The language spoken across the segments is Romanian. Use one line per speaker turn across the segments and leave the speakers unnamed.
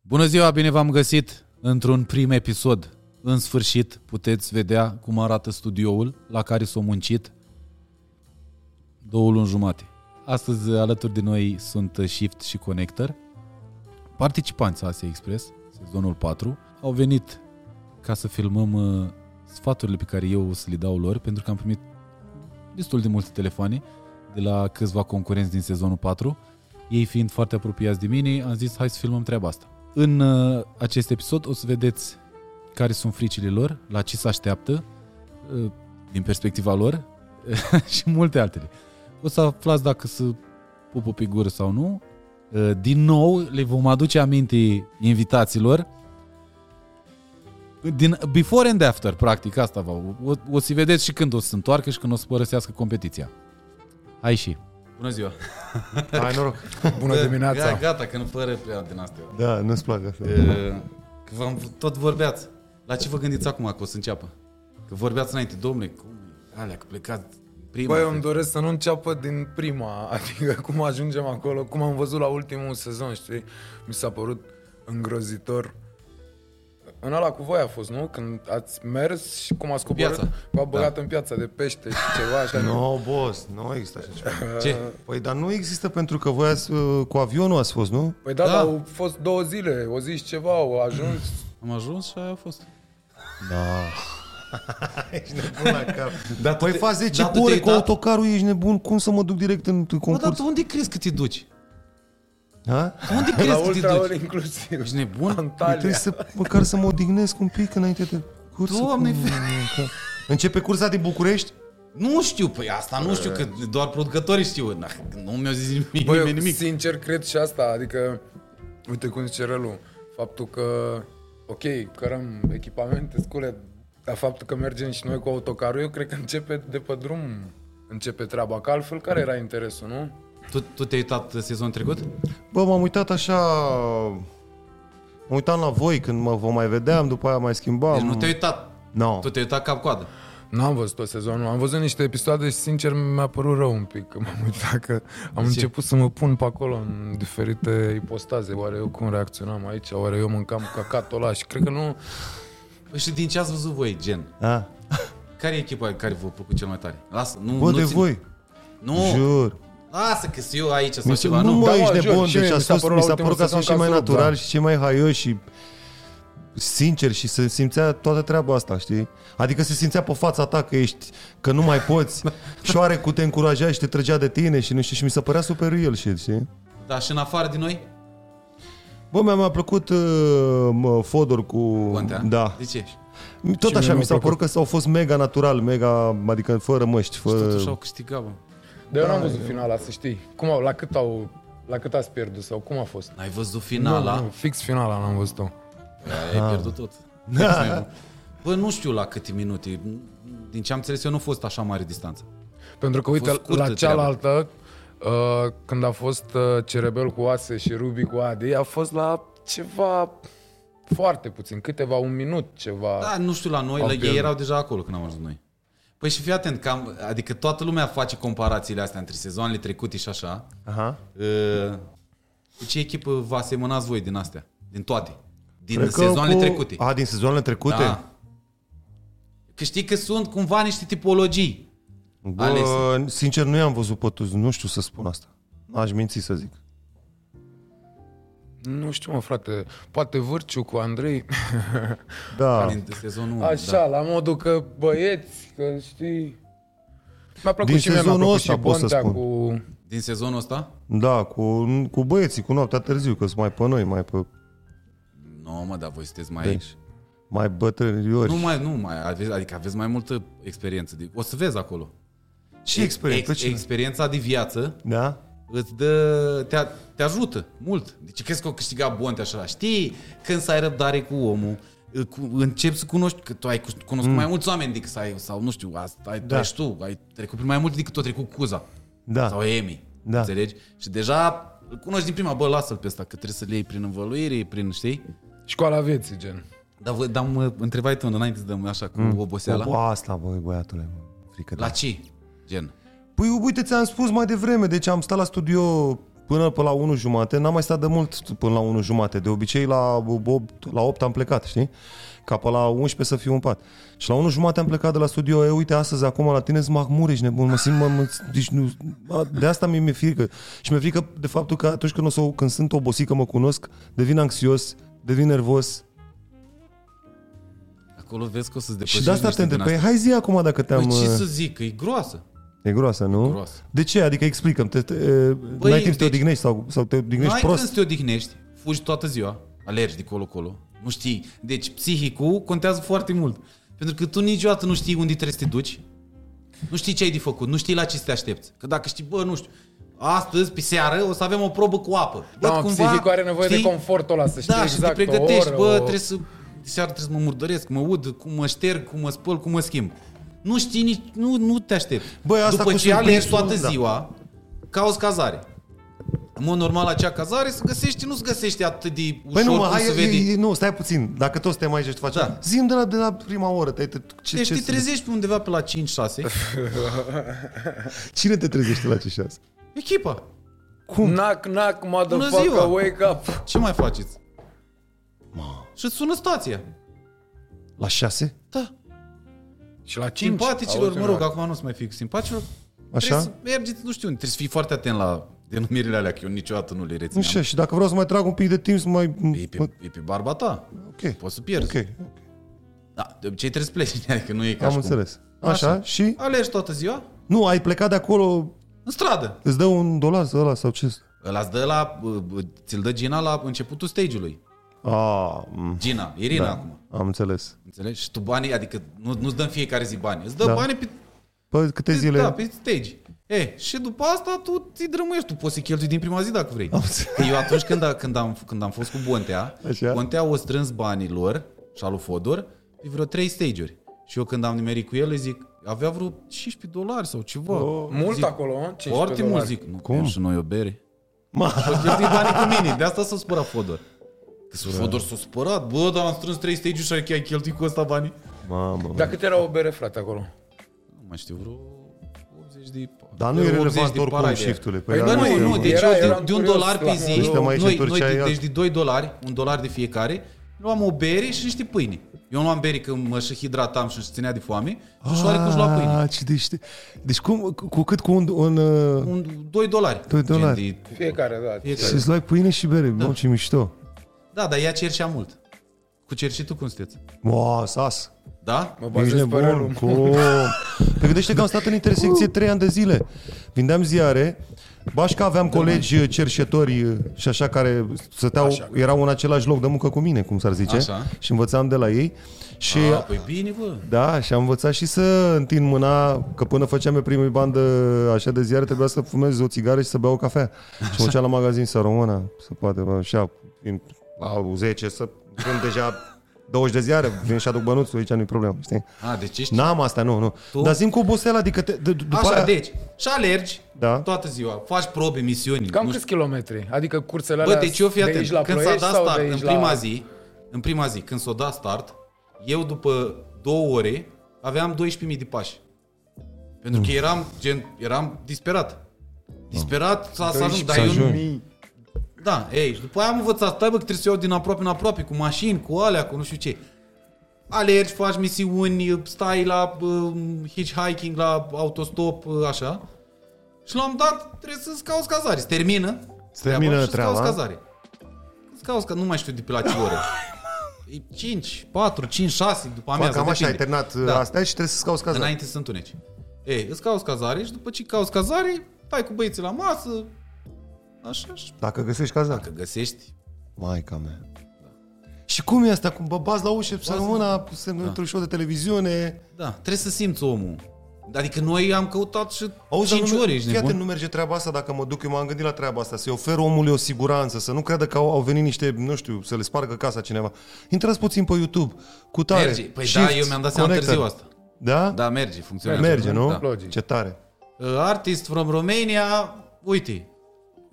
Bună ziua, bine v-am găsit într-un prim episod. În sfârșit puteți vedea cum arată studioul la care s-a muncit două luni jumate. Astăzi alături de noi sunt Shift și Connector, participanți Asia Express, sezonul 4. Au venit ca să filmăm uh, sfaturile pe care eu o să le dau lor, pentru că am primit destul de multe telefoane de la câțiva concurenți din sezonul 4. Ei fiind foarte apropiați de mine, am zis hai să filmăm treaba asta. În uh, acest episod o să vedeți care sunt fricile lor, la ce se așteaptă, uh, din perspectiva lor și multe altele. O să aflați dacă să pupă pe gură sau nu. Uh, Din nou le vom aduce aminte invitaților. Din before and after, practic, asta va. O, o să vedeți și când o să se întoarcă și când o să părăsească competiția. Hai și. Bună ziua.
Hai noroc.
Bună dimineața!
Gata, că nu pără prea din astea.
Da, nu-ți plac asta.
Că v-am, tot vorbeați. La ce vă gândiți acum că o să înceapă? Că vorbeați înainte, domne, cum e? alea, că plecați prima.
Băi, eu îmi doresc să nu înceapă din prima, adică cum ajungem acolo, cum am văzut la ultimul sezon, știi? Mi s-a părut îngrozitor. În ăla cu voi a fost, nu? Când ați mers și cum ați coborât,
Piața.
v-a băgat da. în piața de pește și ceva așa.
Nu, no, boss, nu există așa ceva.
Ce?
Păi, dar nu există pentru că voi ați, uh, cu avionul ați fost, nu?
Păi da,
Da.
da, au fost două zile, o zi și ceva, au ajuns.
Am ajuns și aia a fost.
Ești nebun la cap.
Dar
Dar
tu
păi
te-
faci 10
dar tu
ore
te-ai
cu
dat-
autocarul, ești nebun, cum să mă duc direct în
Bă, dar
concurs?
tu unde crezi că te duci?
Ha?
Tu unde
La
crezi că te
ultra
duci?
ori inclusiv.
Ești nebun?
Păi
Antalya.
Trebuie să, măcar să mă odihnesc un pic înainte de cursă.
Doamne,
cum- că- Începe cursa din București?
Nu știu, păi asta nu știu, că doar producătorii știu. Na, Nu mi-au zis nimic,
Bă, eu
nimeni nimic.
sincer cred și asta, adică, uite cum zice Rălu, faptul că, ok, cărăm echipamente, scule, dar faptul că mergem și noi cu autocarul, eu cred că începe de pe drum, începe treaba, că altfel care era interesul, nu?
Tu, tu te-ai uitat sezonul trecut?
Bă, m-am uitat așa... Mă uitam la voi când mă vă mai vedeam, după aia mai schimbam.
Deci nu te-ai uitat.
No.
Tu te-ai uitat cap-coadă.
Nu am văzut tot sezonul, am văzut niște episoade și sincer mi-a părut rău un pic, că m-am uitat că am început să mă pun pe acolo în diferite ipostaze, oare eu cum reacționam aici, oare eu mâncam cacatul ăla și cred că nu,
Păi și din ce ați văzut voi, gen?
A,
Care e echipa care v-a plăcut cel mai tare? Lasă, nu,
bă,
nu
de
țin-
voi,
Nu,
jur.
lasă că sunt eu aici sau
Mi se,
ceva,
nu,
nu?
mă,
Da, mă,
ești
jur,
nebun,
și mie
deci
mi
a
s-a
fost,
părut la
mi s-a
ultimul
părut că sunt
sezon
cei mai
ca Zorba.
natural și cei mai haioși și sinceri și se simțea toată treaba asta, știi? Adică se simțea pe fața ta că ești, că nu mai poți și oarecum te încuraja și te trăgea de tine și nu știu, și mi se părea super real shit, știi?
Dar și în afară de noi?
Bă, mi-a, mi-a plăcut uh, mă, Fodor cu...
Contea.
Da.
De ce?
Tot
mie
așa
mi-a
mi s-a părut
plăcut.
că s-au fost mega natural, mega, adică fără măști, fără...
Totuși au câștigat, bă.
dar Da, eu n-am văzut finala, să știi, cum, au- la cât au, la cât ați pierdut sau cum a fost?
N-ai văzut
Da,
finala?
Nu, nu, fix finala n-am văzut-o.
Ai pierdut tot. Da. Bă, nu știu la câte minute. Din ce am înțeles eu, nu a fost așa mare distanță.
Pentru că,
fost
uite,
scurtă
la cealaltă, uh, când a fost uh, Cerebel cu Ase și Rubi cu Adi, a fost la ceva foarte puțin, câteva, un minut ceva.
Da, nu știu, la noi,
Au
la ei
pierdut.
erau deja acolo când am ajuns noi. Păi și fii atent, că am, adică toată lumea face comparațiile astea între sezoanele trecute și așa.
Aha.
Uh, Cu ce echipă vă asemănați voi din astea? Din toate? Din
Cred că
sezoanele
cu...
trecute?
A, din sezoanele trecute?
Da. Că știi că sunt cumva niște tipologii.
Bă,
alese.
sincer, nu i-am văzut pe toți, nu știu să spun asta. Aș minți să zic.
Nu știu, mă, frate, poate Vârciu cu Andrei.
Da,
Din sezonul 1.
Așa,
Da.
la modul că băieți, că știi... Mi-a plăcut
Din
și mie, mi-a
sezonul
plăcut
ăsta
și
pot să
Bontea
spun.
cu...
Din sezonul ăsta?
da, cu, cu băieții, cu noaptea târziu, că sunt mai pe noi, mai pe
Nu, mă, dar voi sunteți mai...
deci, mai bătrâniori.
Nu mai, nu mai, aveți, adică aveți mai multă experiență. De, o să vezi acolo.
Ce experiență? Păi
Ex,
ce?
experiența de viață
Da?
îți dă, te, te ajută mult. Deci crezi că o câștiga Bonte așa. Știi când să ai răbdare cu omul, cu, începi să cunoști, că tu ai cu- cunoscut mm. mai mulți oameni decât să ai, sau nu știu, asta, ai, da.
Da.
tu ești tu, ai trecut prin mai mult decât o trecut Cuza
Da.
sau Emi.
Da.
Înțelegi? Și deja îl cunoști din prima, bă, lasă-l pe ăsta, că trebuie să-l iei prin învăluire, prin, știi?
Școala vieții, gen.
Dar, vă, dar mă întrebai tu înainte să dăm așa cu mm. oboseala.
O, asta, băi, băiatule, mă, frică de...
La ce? Gen.
Păi uite, ți-am spus mai devreme, deci am stat la studio până pe la 1 jumate, n-am mai stat de mult până la 1 jumate. De obicei la 8, la 8 am plecat, știi? Ca pe la 11 să fiu în pat. Și la 1 jumate am plecat de la studio, e uite astăzi acum la tine sunt mahmureș nebun, mă simt, mă, mă, deci nu, a, de asta mi-e, mi-e frică. Și mi-e frică de faptul că atunci când, o să, când sunt obosit că mă cunosc, devin anxios, devin nervos,
Acolo vezi că o să-ți
Și
depășești
de asta te
niște din
întreb. Păi
astea.
hai zi acum dacă te-am... uh,
Păi ce să zic, că e groasă.
E groasă, nu?
Groasă.
De ce? Adică explicăm. Te, te, păi, n-ai timp să te
deci-
odihnești sau, sau te odihnești
N-ai prost.
prost.
când să te odihnești, fugi toată ziua, alergi de colo-colo, nu știi. Deci psihicul contează foarte mult. Pentru că tu niciodată nu știi unde trebuie să te duci, nu știi ce ai de făcut, nu știi la ce să te aștepți. Că dacă știi, bă, nu știu, astăzi, pe seară, o să avem o probă cu apă. Bă,
Da, mă, psihicul are nevoie de confortul ăla, să știi
da,
exact,
și te pregătești,
o oră,
bă,
o-
trebuie să... Seara trebuie să mă murdăresc, mă ud, cum mă șterg, cum mă spăl, cum mă schimb. Nu știi nici, nu, nu te aștepți.
Bă, asta
După
cu
ce alergi
surprinsul,
toată
da.
ziua, cauți cazare. În mod normal, acea cazare se găsește, nu se găsește atât de ușor
Păi nu, mă,
cum
hai,
se vede.
e, e, nu, stai puțin. Dacă toți suntem aici și faci...
Da.
Da. Zim de la, de la prima oră. Te, te, ce,
deci
ce
te
se-
trezești pe undeva pe la 5-6.
Cine te trezește la ce șase?
Echipa,
Nac, nac,
ziua!
motherfucker, wake up!
ce mai faceți? Și îți sună stația.
La șase?
Da.
Și la da. 5.
Simpaticilor, mă rog, acum nu sunt mai fix simpaticilor.
Așa?
Trebuie să mergeți, nu știu, trebuie să fii foarte atent la denumirile alea, că eu niciodată nu le
Nu
rețineam.
știu, și dacă vreau să mai trag un pic de timp să mai...
E pe, e pe barba ta.
Ok.
Poți să pierzi.
Ok,
Da, de obicei trebuie să pleci, adică nu e ca
am
și
înțeles.
Cum.
Așa, și...
Alegi toată ziua,
Nu, ai plecat de acolo,
în stradă.
îți dă un dolar sau ăla sau ce?
Ăla îți dă la, ți-l dă Gina la începutul stage-ului. Ah,
A, m,
Gina, Irina da. acum.
am înțeles.
Înțelegi? Și tu banii, adică nu, nu-ți dă în fiecare zi bani. Îți dă da.
Da.
bani pe,
Păi câte
pe,
zile...
Da, pe stage. E, și după asta tu ți drămuiești, tu poți să cheltui din prima zi dacă vrei.
Am înțeles.
Că eu atunci când, a, când, am, când am fost cu Bontea,
Așa.
Bontea o strâns banii lor și al lui Fodor pe vreo trei stage-uri. Și eu când am nimerit cu el, îi zic, avea vreo 15 dolari sau ceva. Oh,
Mult
zic,
acolo, mă, 15
Foarte mult
dolari.
zic. Nu, Cum? Și noi o bere.
Ma,
Păi cheltui banii cu mine, de asta s-a supărat Fodor. Că
Da.
s-a- Fodor s-a supărat, bă, dar am strâns trei stage-uri și ai- ai cheltuit cu ăsta banii.
mamă.
Dar cât era o bere, frate, acolo?
Nu mai știu, vreo 80 de...
Dar nu
vreo
e
80
relevant
de
oricum
paraide.
shift-ule.
Păi
Bă,
da,
nu,
Era-
nu, deci
era-
eu de,
eram
de un
curios
dolar
la-
pe zi,
Noi
stăm aici
noi,
în
noi
Turcia,
de-
e
deci de 2 dolari, un dolar de fiecare, luam o bere și niște pâine. Eu luam bere că mă și hidratam și își ținea de foame și și oarecum își lua pâine.
Ah, ce dește... Deci cum, cu cu cât cu un... un uh,
Un, 2 dolari.
Doi
Gen
dolari.
de-
Fiecare, da.
Fiecare.
și îți luai pâine și bere, da. ce mișto.
Da, dar ea cerșea mult. Cu cerșitul cum sunteți?
Wow, sas.
Da?
Mă
Ești
bazez pe
nebun.
rălul.
Cum? Te gândește că am stat în intersecție trei ani de zile. Vindeam ziare, Bașca aveam colegi cerșetori uh, și așa care stăteau, erau în același loc de muncă cu mine, cum s-ar zice,
Așa.
și învățam de la ei și
A, păi bine, bă.
Da, și am învățat și să întind mâna, că până făceam eu primul bandă așa de ziare, trebuia să fumez o țigară și să beau o cafea. Și mă duceam la magazin să română, să poate, bă, așa, vin la 10, să vând deja 20 de ziare, vin și aduc bănuțul, aici nu-i problemă, știi?
A, deci ești...
N-am asta, nu, nu.
Tu?
Dar zim cu oboseala, adică te, de, după
Așa,
aia...
deci, și alergi
Da.
toată ziua, faci probe, misiuni.
Cam
nu
câți kilometri? Adică cursele
Bă,
alea
deci eu fii
de aici
atent,
la
când s-a
Ploiești
dat
sau de
start în
aici
prima
la...
zi, în prima zi, când s-a dat start, eu după două ore aveam 12.000 de pași. Pentru că eram, gen, eram disperat. Disperat să să ajung, dar eu nu... Da, ei, și după aia am învățat, stai bă, că trebuie să iau din aproape în aproape, cu mașini, cu alea, cu nu știu ce. Alergi, faci misiuni, stai la uh, hitchhiking, la autostop, uh, așa. Și l-am dat, trebuie să-ți cauți cazare. Se termină.
Se termină
și îți
treaba.
cauți cazare. Îți cauți că nu mai știu de pe la ce oră. 5, 4, 5, 6 după
Bă,
amiază.
cam așa ai
depinde.
terminat
Da.
da. astea și trebuie să-ți cauți caza.
Înainte să întuneci. Ei, îți cauți cazare și după ce cauți cazare, stai cu băieții la masă, așa și
Dacă găsești caza.
că găsești
Maica mea. Și cum e asta? Cum bă, bați la ușă, să rămână, cu semnul da. show de televiziune.
Da, trebuie să simți omul. Adică noi am căutat și
Auzi,
5
dar nu,
ore, ești
fii atent,
nebun?
nu merge treaba asta dacă mă duc, eu m-am gândit la treaba asta, să-i ofer omului o siguranță, să nu creadă că au, au venit niște, nu știu, să le spargă casa cineva. Intrați puțin pe YouTube, cu tare,
Merge. Păi
shift,
da, eu mi-am dat seama
connector.
târziu asta.
Da?
Da, merge, funcționează.
Merge, nu?
Da.
Logic.
Ce tare,
Uh, Artist from Romania, uite,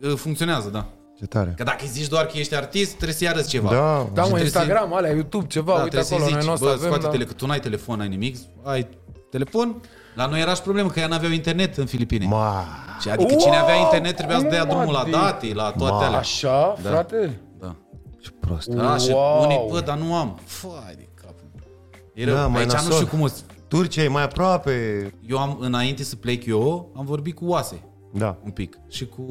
uh, funcționează, da.
ce tare.
Că dacă îi zici doar că ești artist, trebuie să-i arăți ceva.
Da,
Da,
Și
mă,
trebuie să-
Instagram, alea, YouTube, ceva,
da
uite
trebuie
acolo,
să-i
noi
zici,
nu o să
bă,
avem, da.
scoate
dar...
tele- că tu n-ai telefon, n-ai nimic, ai telefon. La noi era și problemă, că ea n-aveau internet în Filipine. Ma.
Ma,
Și adică cine avea
Wow!
internet trebuia să dea drumul la
Mă,
date, la toate alea.
Așa, da. frate?
Da.
ce prost.
Da, și
Wow.
unii, bă, dar nu am. Fai de capul. E rău.
Da, mai
Aici nu
nasol.
știu cum o să-
Turcia e mai aproape.
Eu am, înainte să plec eu, am vorbit cu Oase
Da,
un pic și cu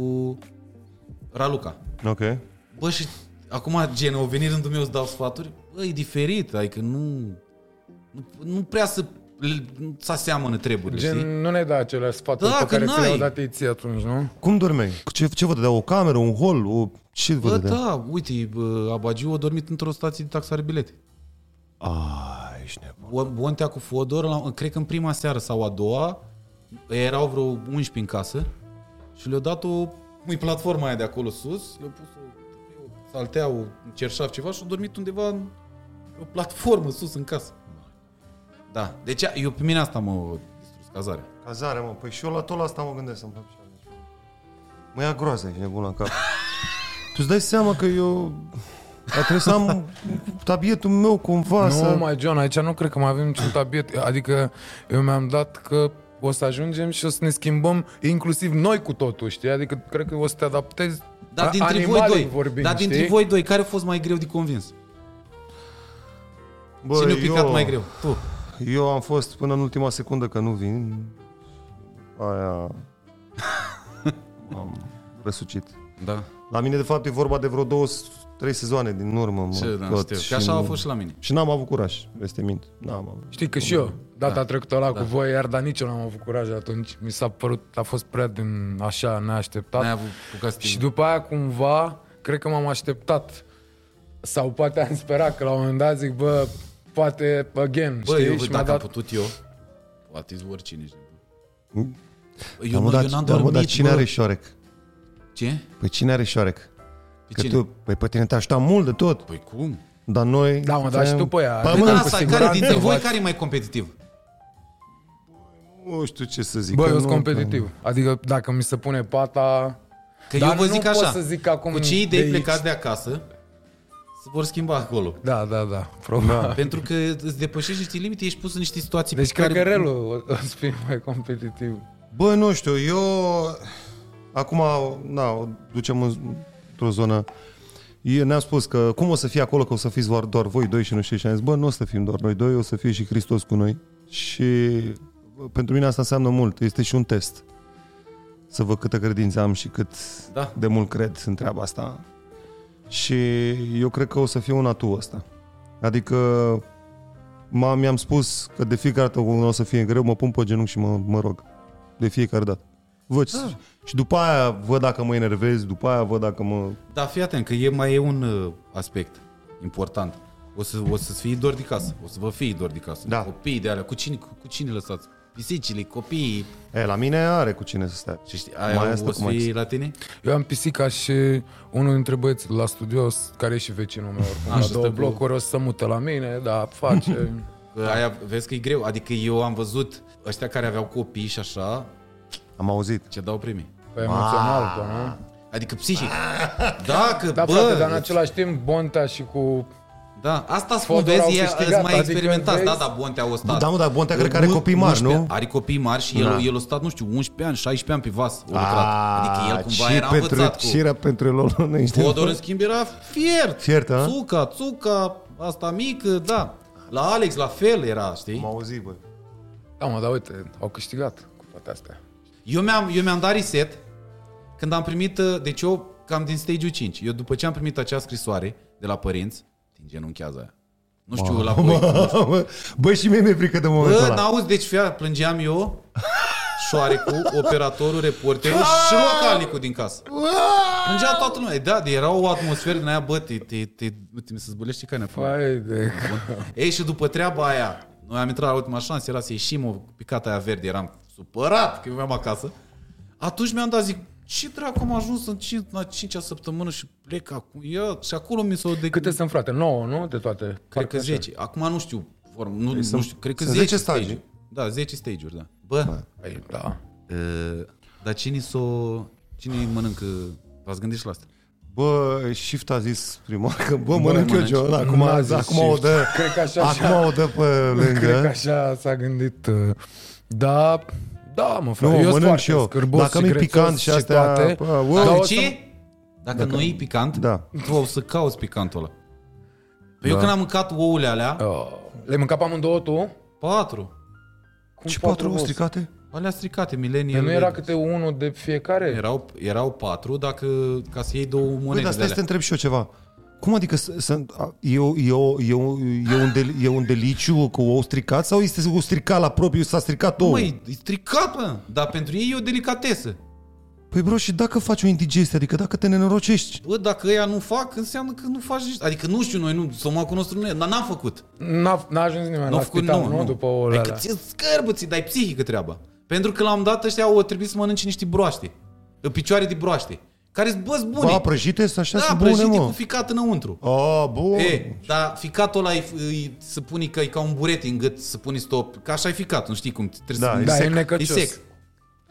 Raluca.
ok.
Bă, și acum, gen, au venit rândul meu să dau sfaturi, bă, e diferit, adică nu, nu, nu prea să, nu să seamănă treburile,
Gen,
știi?
nu ne da aceleași sfaturi
Da,
pe
că
care ți le-au
n-ai.
dat ei ție atunci, nu?
Cum dormeai? Ce, ce vă dădea? O cameră, un hol? O... Ce vă
Bă,
dădea?
da, uite, bă, Abagiu a dormit într-o stație de taxare bilete.
A, Ah, ești nebun.
Bon- Bontea cu Fodor, la, cred că în prima seară sau a doua, erau vreo 11 în casă și le-au dat o, cum e platforma aia de acolo sus, le-au pus o, o saltea, o cerșaf, ceva și au dormit undeva în o platformă sus în casă. Da, deci a- eu pe mine asta mă distrus, cazarea.
Cazare, mă. Păi și eu la tot la asta mă gândesc să-mi fac și eu. Mă ia groază, ești nebun la cap. tu îți dai seama că eu... Dar trebuie să am tabietul meu cumva
Nu,
să...
mai John, aici nu cred că mai avem niciun tabiet. Adică eu mi-am dat că o să ajungem și o să ne schimbăm inclusiv noi cu totul, știi? Adică cred că o să te adaptezi
Dar
a-
dintre voi
animalic
doi,
vorbind,
dar dintre
știi?
voi doi, care a fost mai greu de convins?
Bă,
Cine a picat
eu-
mai greu? Tu.
Eu am fost până în ultima secundă că nu vin. Aia... am răsucit.
Da.
La mine, de fapt, e vorba de vreo două, trei sezoane din urmă. Mă,
Ce, da,
tot.
știu.
Și
Că așa a
nu-
fost și la mine.
Și n-am avut curaj, este mint. N-am avut.
Știi că și eu, data da. trecută la da. cu voi, iar dar nici eu n-am avut curaj atunci. Mi s-a părut, a fost prea din așa neașteptat.
N-ai avut bucăți
Și după aia cumva, cred că m-am așteptat. Sau poate am sperat că la un moment dat zic, bă, poate again,
Bă,
știi?
eu,
și mi-a
dacă
dat...
am putut eu, poate zi oricine ești.
Mm.
Eu, mă, eu n-am
da, mă,
dormit,
dar cine
bă.
are șoarec?
Ce?
Păi cine are șoarec? Că
cine?
tu, păi pe tine te aștept mult de tot,
Păi cum?
dar noi...
Da, mă, dar și tu pe aia.
Păi,
Păi
mă,
da,
cu
asta, care
siguranță
dintre voi
v-ați-
care e mai competitiv?
Nu știu ce să zic.
Bă,
că
eu sunt
nu-
competitiv. Adică dacă mi se pune pata...
Că
Dar
eu vă
nu
zic
pot
așa,
să zic acum
cu ce idei
de
plecați
X.
de acasă, se vor schimba acolo.
Da, da, da, probabil.
Pentru că îți depășești niște limite, ești pus în niște situații
Deci
pe
cred că
care...
Relu o, o să fie mai competitiv.
Bă, nu știu, eu... Acum, na, o ducem în- într-o zonă... Eu ne-am spus că cum o să fie acolo, că o să fiți doar, doar voi doi și nu știu ce. Și am zis, bă, nu o să fim doar noi doi, o să fie și Hristos cu noi. Și bă, pentru mine asta înseamnă mult. Este și un test. Să văd câtă credință am și cât
Da.
de mult cred în treaba asta. Și eu cred că o să fie un atu ăsta. Adică m-am, mi-am spus că de fiecare dată când o să fie greu, mă pun pe genunchi și mă, mă rog. De fiecare dată. Văd. Da. Și după aia văd dacă mă enervez, după aia văd dacă mă...
Da, fii atent, că e mai e un uh, aspect important. O să, o să fii dor de casă, o să vă fie dor de casă.
Da.
Copiii de alea, cu cine, cu, cu cine lăsați? Pisicile, copiii,
E, la mine are cu cine să stea.
și știi, aia mai
asta
o să
cu Max.
fie la tine?
Eu am pisica și unul dintre băieți la studio, s- care e și vecinul meu oricum,
Așa,
la două
stă cu-
blocuri, o să se mute la mine, da, face...
Că aia, vezi că e greu. Adică eu am văzut ăștia care aveau copii și așa,
Am auzit.
ce dau primii.
Pe emoțional, pe, nu?
Adică psihic.
Ah.
Da, că,
Da,
bă,
frate, dar în același timp Bonta și cu...
da, asta spun,
Fodor au
vezi, e-
câștigat,
sunt mai
adică
experimentați. Da,
vezi-
da, Bontea au stat.
Da, mă, dar Bontea cred că are
Un-
copii mari,
11
nu?
Are copii mari și el,
Da. Ah,
el a stat, nu știu, 11 ani, 16 ani pe vas. A lucrat. Adică el cumva
și
era
pentru,
învățat
Și
cu...
era pentru lolo, nu ești
Fodor, în schimb, era fiert.
Fiert, a?
Țuca, țuca, asta mică, da. La Alex, la fel era, știi?
Am auzit, bă.
Da, mă, dar uite, au câștigat cu toate astea.
Eu mi-am, eu mi-am dat reset când am primit, uh, deci eu cam din stage-ul 5. Eu după ce am primit acea scrisoare de la părinți, din genunchează aia. Nu știu, la voi.
Bă, bă, și mie mi-e frică de momentul
Bă,
ăla.
n-auzi, deci fia, plângeam eu, șoarecul, operatorul, reporterul și localnicul din casă. Plângea toată lumea. Da, de- era o atmosferă din aia, bă, te, te, te, te mi se zbulește ca neapărat.
Păi, de...
Ei, și după treaba aia, noi am intrat la ultima șansă, era să ieșim, o picată aia verde, eram supărat că eu aveam acasă. Atunci mi-am dat, zic, ce dracu am ajuns în cin- la cincea săptămână și plec acum. Ia, și acolo mi s-o de...
Câte sunt, frate? 9, nu? De toate.
Cred
Parcă
că
așa.
10. Acum nu știu, form, nu, nu
sunt-
știu, cred că
sunt
10,
10 stagii.
stage-uri. Da, 10 stage-uri, da. Bă,
Păi, da.
uh, dar cine s-o... Cine mănâncă... V-ați gândit și la asta?
Bă, Shift a zis primul că, bă, mănânc eu
mănânci.
John, acum,
N-a zis
acum
Shift.
o dă,
Cred că așa și-a-
acum o dă pe
Cred că
lângă.
așa s-a gândit. uh, Da, da, mă, frate,
Nu,
eu sunt
mănânc
foarte
și eu.
Scârbos
Dacă
și
nu-i
grețos
picant și astea,
toate,
bă,
dar
wow.
Da, o
Dar
să-
Da, Deci ce? Dacă, nu e picant,
Da.
tu o să cauți picantul ăla. Păi eu când am mâncat ouăle alea,
Oh. Le-ai mâncat pe amândouă tu?
patru.
Cum
Ce patru au
rost?
stricate?
Alea stricate, mileniile.
Păi Nu era câte unul de fiecare?
erau, erau patru, dacă ca să iei două
Păi,
monede
dar
de
stai să te
alea.
întreb și eu ceva. Cum adică să, să, a, e, o- e, o- e, un- e, un del, e un deliciu cu ou stricat sau este ou stricat la propriu, s-a stricat ou?
Măi, e stricat, mă, dar pentru ei e o delicatesă.
Păi bro, și dacă faci o indigestie, adică dacă te nenorocești?
Bă, dacă ăia nu fac, înseamnă că nu faci nici... Adică nu știu, noi nu, somacul nostru nu e, dar n-am făcut.
N-a, n-a ajuns nimeni
Nu
la
a făcut,
spital,
nu,
nu,
nu.
după o alea.
Adică ți scârbă, ți dai psihică treaba. Pentru că la un dat ăștia au trebuit să mănânce niște broaște. Picioare de broaște. Care sunt băs bune.
Ba, prăjite, să așa
da,
sunt bune,
prăjite cu
mă.
ficat înăuntru.
A, bun.
E, dar ficatul ăla e, e, să puni că e ca un buret în gât, să puni stop, ca așa e ficat, nu știi cum, trebuie
Da,
să...
e
Da, e
sec.
E
necăcios.
sec.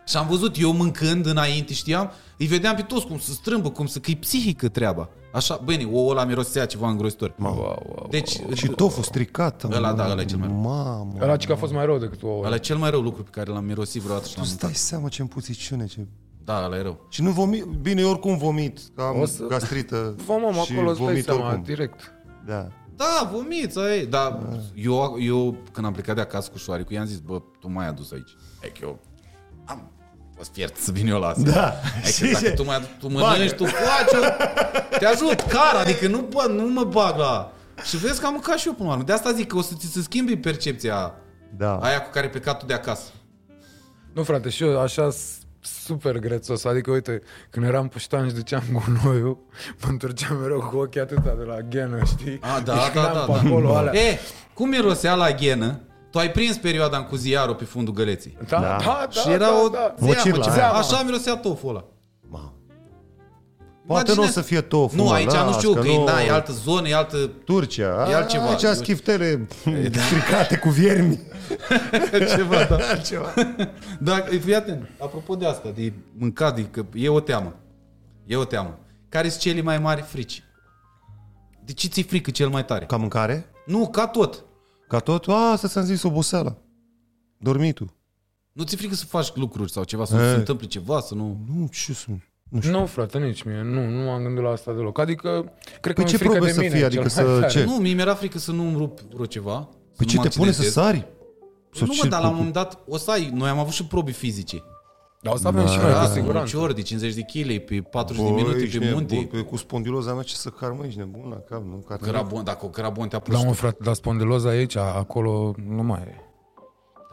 Și am văzut, eu mâncând înainte, știam, îi vedeam pe toți cum se strâmbă, cum se... că e psihică treaba. Așa, bine, ouă ăla mirosea ceva îngrozitor.
Wow, wow.
Deci,
Și tofu stricat.
Ăla, da, ăla e cel mai rău.
Mamă.
Ăla ci că a fost mai rău decât ouă.
Ăla e cel mai rău lucru pe care l-am mirosit vreodată și l-am...
Îți dai seama ce împuțiciune, ce...
Da, ăla e rău.
Și nu vomit, bine, eu oricum vomit, că am
O
să...
să-
gastrită
Vom om
și
acolo, îți dai
vomit
seama,
oricum.
direct.
Da.
Da, vomiți, aia e. Dar eu, eu, când am plecat de acasă cu șoaricul, i-am zis, bă, tu m-ai adus aici. E că eu am fost fiert să vin eu la asta.
Da.
Adică dacă tu, mai, tu mănânci, tu faci, te ajut, car, adică nu, bă, nu mă bag la... Și vezi că am mâncat și eu până la urmă. De asta zic că o să ți se schimbi percepția
Da.
aia cu care ai plecat tu de acasă.
Nu, frate, și eu așa s- super grețos. Adică, uite, când eram puștan și duceam gunoiul, mă întorceam mereu cu ochii atâta de la ghenă, știi?
A, da,
Deci
da,
cam
da,
pe
da.
acolo, alea.
E, cum mirosea la ghenă, tu ai prins perioada în cu ziarul pe fundul găleții.
Da, da, da,
și era
da,
o
da.
Vocirla
zeamă,
aia.
ceva. Așa mirosea toful ăla.
Mamă. Poate
Imagine-
nu o să fie tofu.
Nu,
mă,
aici nu
las,
știu, că, e,
nu-
na, e altă zonă, e altă...
Turcia.
E
A,
altceva.
Aici schiftele
da.
stricate cu viermi.
ceva, da.
Altceva.
Dar fii atent, apropo de asta, de mâncat, de, că e o teamă. E o teamă. Care sunt cele mai mari frici? De ce ți-e frică cel mai tare? Ca...
Ca mâncare?
Nu, ca tot.
Ca tot? A, asta ți-am zis, oboseala. Dormitul.
Nu ți-e frică să faci lucruri sau ceva, să nu
E.
se întâmple ceva, să nu...
Nu, ce sunt? Nu știu.
Nu, frate, nici mie. Nu, nu m-am gândit la asta deloc. Adică, cred că
Păi
mi-e
ce
frică
probe
de
să
mine.
fie? Adică
cel
să-
mai tare.
ce?
Nu, mie mi-era frică să nu-mi rup vreo ceva. să
Păi ce
nu mă
te pune să
accidentez.
sari?
Păi Nu, mă, dar la un
un
moment dat, o să ai, noi am avut și probe fizice.
Dar o să avem și noi,
Da,
cu
cu
siguranță.
munciori de 50 de kg pe 40 de minute pe munte.
Cu spondiloza mea ce să car, mă, ești nebun la cap, nu? Car,
Crabon, dacă o crabon te-a
Da,
pus.
mă, frate, dar spondiloza aici, acolo, nu mai e.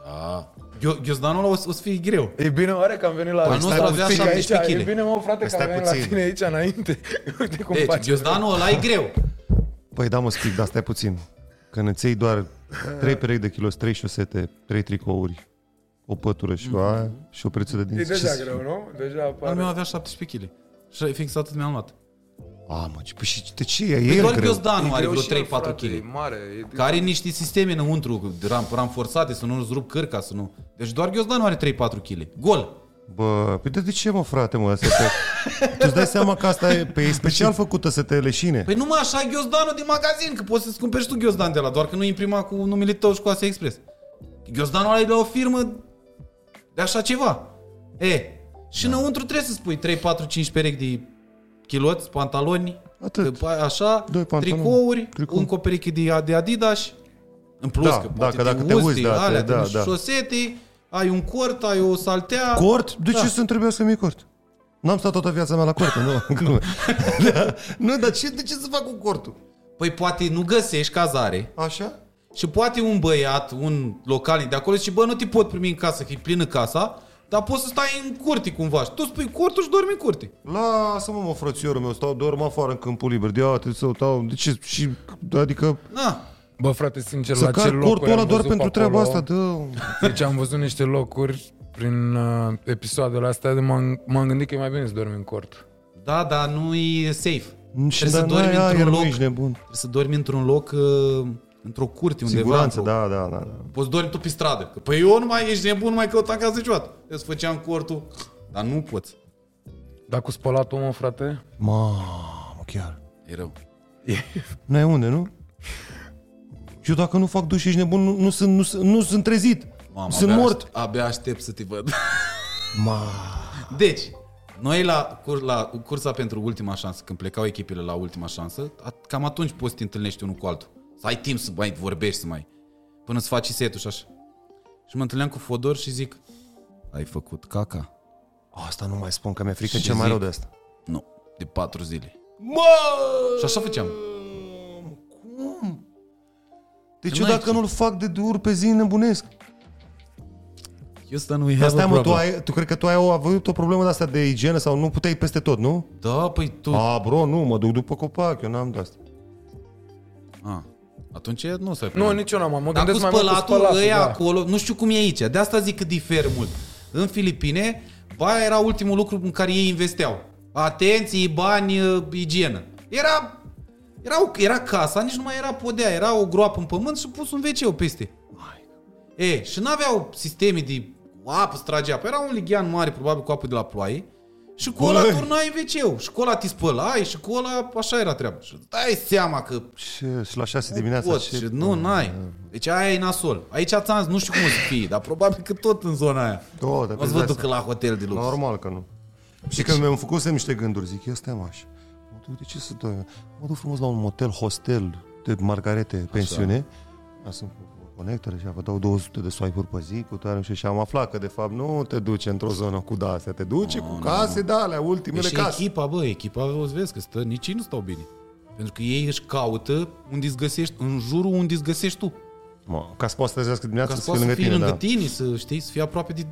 Da. Ghio- Ghiozdanul ăla o, să- o să fie greu.
E bine oare că am venit la
Al nostru
la
avea
tine
17
aici.
kg.
E bine, mă, frate, că
Stai
am venit la
puțin.
tine aici înainte. Uite cum
Deci,
faci.
ghiozdanul ăla e greu.
Păi da, mă, spic, dar stai puțin. Când îți iei doar 3 perechi de kilos, 3 șosete, 3 tricouri, o pătură și o aia și o prețul de
Mhm. E
dinți.
deja
ce-
greu, nu? Deja
Al meu
apare.
avea 17 kg. Și fix atât mi-am luat.
A, mă, ce, păi și de ce e?
Pe
E
doar
el greu.
ghiozdanul
E
are
greu
vreo
și el,
3-4
frate, E
kg.
mare. e-
Care are niște sisteme înăuntru, ram, ramforsate, să nu-ți rup cărca, să nu... Deci doar ghiozdanul are 3-4 kg. Gol!
Bă, păi de, de ce, mă, frate, mă? Asta te... tu îți dai seama că asta e, pe, e special făcută să te leșine.
Păi numai așa e ghiozdanul din magazin, că poți să-ți cumperi și tu ghiozdan de la, doar că nu e imprimat cu numele tău și cu Asia Express. Ghiozdanul ăla e de la o firmă de așa ceva. E, și da. înăuntru trebuie să spui 3, 4, 5 perechi de chiloți, pantaloni,
Atât.
după aia așa,
Doi pantaloni,
tricouri,
tricou.
încă o pereche de, de Adidas, în plus
Da,
că
dacă-
poate
dacă te
te uzi,
uiți, da, te-
alea,
da,
te
da.
da. șosete, ai un cort, ai o saltea.
Cort? De ce
Da.
să-mi trebuie să mi cort? N-am stat toată viața mea la cort, nu? Glume. da. Nu, dar ce, de ce să fac cu cortul?
Păi poate nu găsești cazare,
Așa?
Și poate un băiat, un localnic de acolo zice, bă, nu te pot primi în casă, că e plină casa, dar poți să stai în curte cumva. Și tu spui curtul și dormi în curte.
Lasă-mă, mă, frățiorul meu, stau, dorm afară în câmpul liber. De trebuie să stau, de ce? Și, adică,
Na,
Bă, frate, sincer,
să
la ce
car cortul
locuri
ăla
am
doar
văzut pe
pentru
acolo,
treaba asta, dă...
Deci am văzut niște locuri prin uh, episoadele astea de m-am, m-am gândit că e mai bine să dormi în cort.
da, dar nu e safe.
Și
Trebuie să
dar
dormi
n-ai aer,
într-un
mă,
loc,
ești nebun.
trebuie să dormi într-un loc, uh, într-o curte undeva.
Siguranță,
într-o-
da, da, da. da.
Poți dormi tu pe stradă. Că, păi eu nu mai ești nebun, nu mai căutam casă niciodată. Eu îți făceam cortul, dar nu poți.
Dar cu spălatul, mă, frate?
Ma, chiar.
E rău.
N-ai unde, nu? Și eu dacă nu fac duș, ești nebun, nu, nu, sunt, nu, sunt- nu sunt trezit.
Mamă,
sunt
abia
mort.
aș- abia aștept să te văd.
Ma.
Deci, noi la, cur, la cursa pentru ultima șansă, când plecau echipele la ultima șansă, a, cam atunci poți să te întâlnești unul cu altul. Să ai timp să mai vorbești, să mai... Până să faci și setul și așa. Și mă întâlneam cu Fodor și zic, ai făcut caca?
Asta nu mai spun, că mi-e frică
Și
cel mai
zic-
rău de asta.
Nu, de patru zile.
Mă!
Și așa făceam.
Cum?
Nu
Deci eu
ai
dacă
cum.
nu-l fac de două ori pe zi, nebunesc.
Eu asta nu e
Dar stai mă, tu, ai, tu cred că tu ai o, avut o problemă de asta de igienă sau nu puteai peste tot, nu?
Da, păi tu... A.
A, bro, nu, mă duc după copac, eu n-am de asta.
A. Ah. Atunci e- nu se
Nu, nici eu n-am. Mă
Da. Dar cu
gândesc mai mult cu
spălatul,
spălatul.
ăia
da.
acolo, nu știu cum e aici. De asta zic că diferă mult. În Filipine, ba era ultimul lucru în care ei investeau. Atenție, bani, eh, igienă. Era, era, o- era casa, nici nu mai era podea, era o groapă în pământ și pus un wc peste. E, și n-aveau sisteme de apă, strage apă. Era un lighean mare, probabil cu apă de la ploaie. Și cu ăla
Băi!
turnai în wc Și cu ăla te spălai și cu ăla așa era treaba. Și dai seama că
Și, și la șase dimineața.
pot și nu, n-ai. Deci aia e nasol. Aici ți-am zis, nu știu cum o să fie, dar probabil că tot în zona aia.
O, dar
O să
vezi
vă
de
duc la hotel de lux.
Normal că nu. Și că mi-am făcut semn niște gânduri, zic, eu stai mă așa. Mă duc, de ce să doi? Mă duc frumos la un motel, hostel de margarete, pensiune. Așa. Sunt cu conectele și vă dau 200 de swipe-uri pe zi, cu toate și și am aflat că de fapt nu te duce într-o zonă cu de te duce cu case de alea, ultimele
Deci
deci case.
echipa, bă, echipa, o să vezi că stă, nici ei nu stau bine. Pentru că ei își caută unde îți găsești, în jurul unde îți găsești tu.
Mă, ca să poți să trezească
Ca
dimineața
să
să fii
poți să
lângă
fii
tine,
lângă
da.
tine, să știi, să fii aproape de...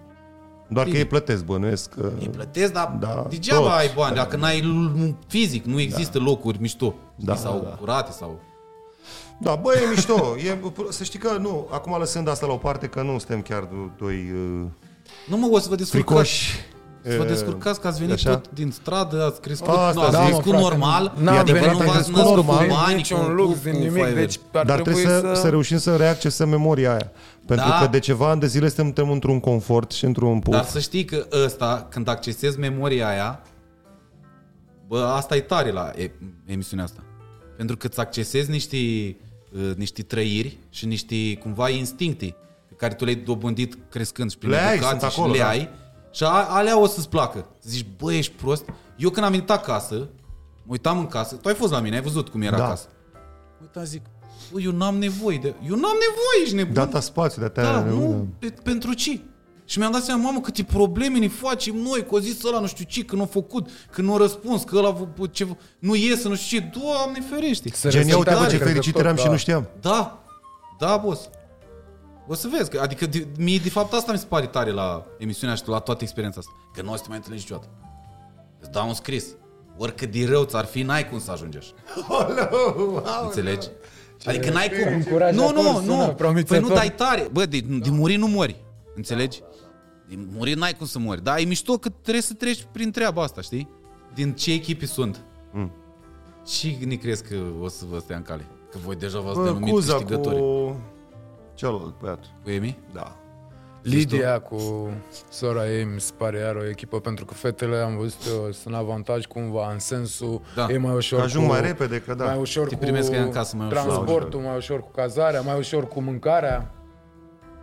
Doar că ei plătesc, bănuiesc că...
Îi plătesc, dar
Da,
degeaba
toți,
ai bani,
da.
dacă n-ai l- fizic, nu există locuri mișto.
Da,
sau
da.
curate, sau...
Da, bă, e mișto. E, să știi că nu, acum lăsând asta la o parte, că nu suntem chiar do- doi uh,
Nu mă, o să vă descurcați.
fricoși.
Să vă
E,
descurcați că ați venit
așa?
așa? tot din stradă, ați crescut,
Asta,
Asta, nu, ați
da,
da,
mă,
crescut
frate,
normal,
n-am
venit,
nu
am
v-ați
crescut
născut cu
normal.
bani, cu,
niciun lux,
cu,
din
cu
nimic.
firework.
Deci ar
Dar trebuie să, să reușim să reaccesăm memoria aia. Pentru
Da.
că de ceva ani de zile suntem într-un confort și într-un puf.
Dar să știi că ăsta, când accesezi memoria aia, bă, asta e tare la e, emisiunea asta. Pentru că îți accesezi niște, uh, niște trăiri și niște, cumva, instincte pe care tu le-ai dobândit crescând și prin
Le ai,
educație
sunt
și
acolo,
le
da.
ai. Și a- alea o să-ți placă. Zici, bă, ești prost. Eu când am venit acasă, mă uitam în casă, tu ai fost la mine, ai văzut cum era
Da.
da. acasă. Mă uitam, zic, bă, eu n-am nevoie de... Eu n-am nevoie, ești nebun.
Data spațiu, de
Da,
ta
nu, pe, pentru ce? Și mi-am dat seama, mamă, câte probleme ne facem noi, că o zis ăla nu știu ce, că nu a făcut, că nu a răspuns, că ăla v- ce, nu iese, nu știu ce, doamne ferește.
Să
Gen, ia
respectăm,
uite bă, ce
cred că
fericit
tot,
eram și
da.
nu știam.
Da, da, boss. O să vezi, că, adică de, mie de fapt asta mi se pare tare la emisiunea și la toată experiența asta, că nu o să te mai întâlnești niciodată. Îți dau un scris, oricât de rău ți-ar fi, n-ai cum să ajungi așa. Înțelegi? Adică n-ai cum.
încuraj
Nu,
acum,
nu,
sună
nu. Păi
promițător.
nu dai tare. Bă, de, de muri nu mori. Înțelegi? De muri n-ai cum să mori. Dar e mișto că trebuie să treci prin treaba asta, știi? Din ce echipe sunt.
Mm.
Și ne crezi că o să vă stea în cale? Că voi deja v-ați
Bă,
denumit
Cuza
câștigători. Cu...
cu... Celălalt băiat.
cu Emi?
Da.
Lidia cu sora ei mi se pare iar o echipă pentru că fetele am văzut eu, sunt în avantaj cumva în sensul
Da.
e mai ușor
Că ajung
cu,
mai repede, că da.
mai ușor
Te
cu
primesc că e în casă, mai ușor.
transportul, mai ușor cu cazarea, mai ușor cu mâncarea.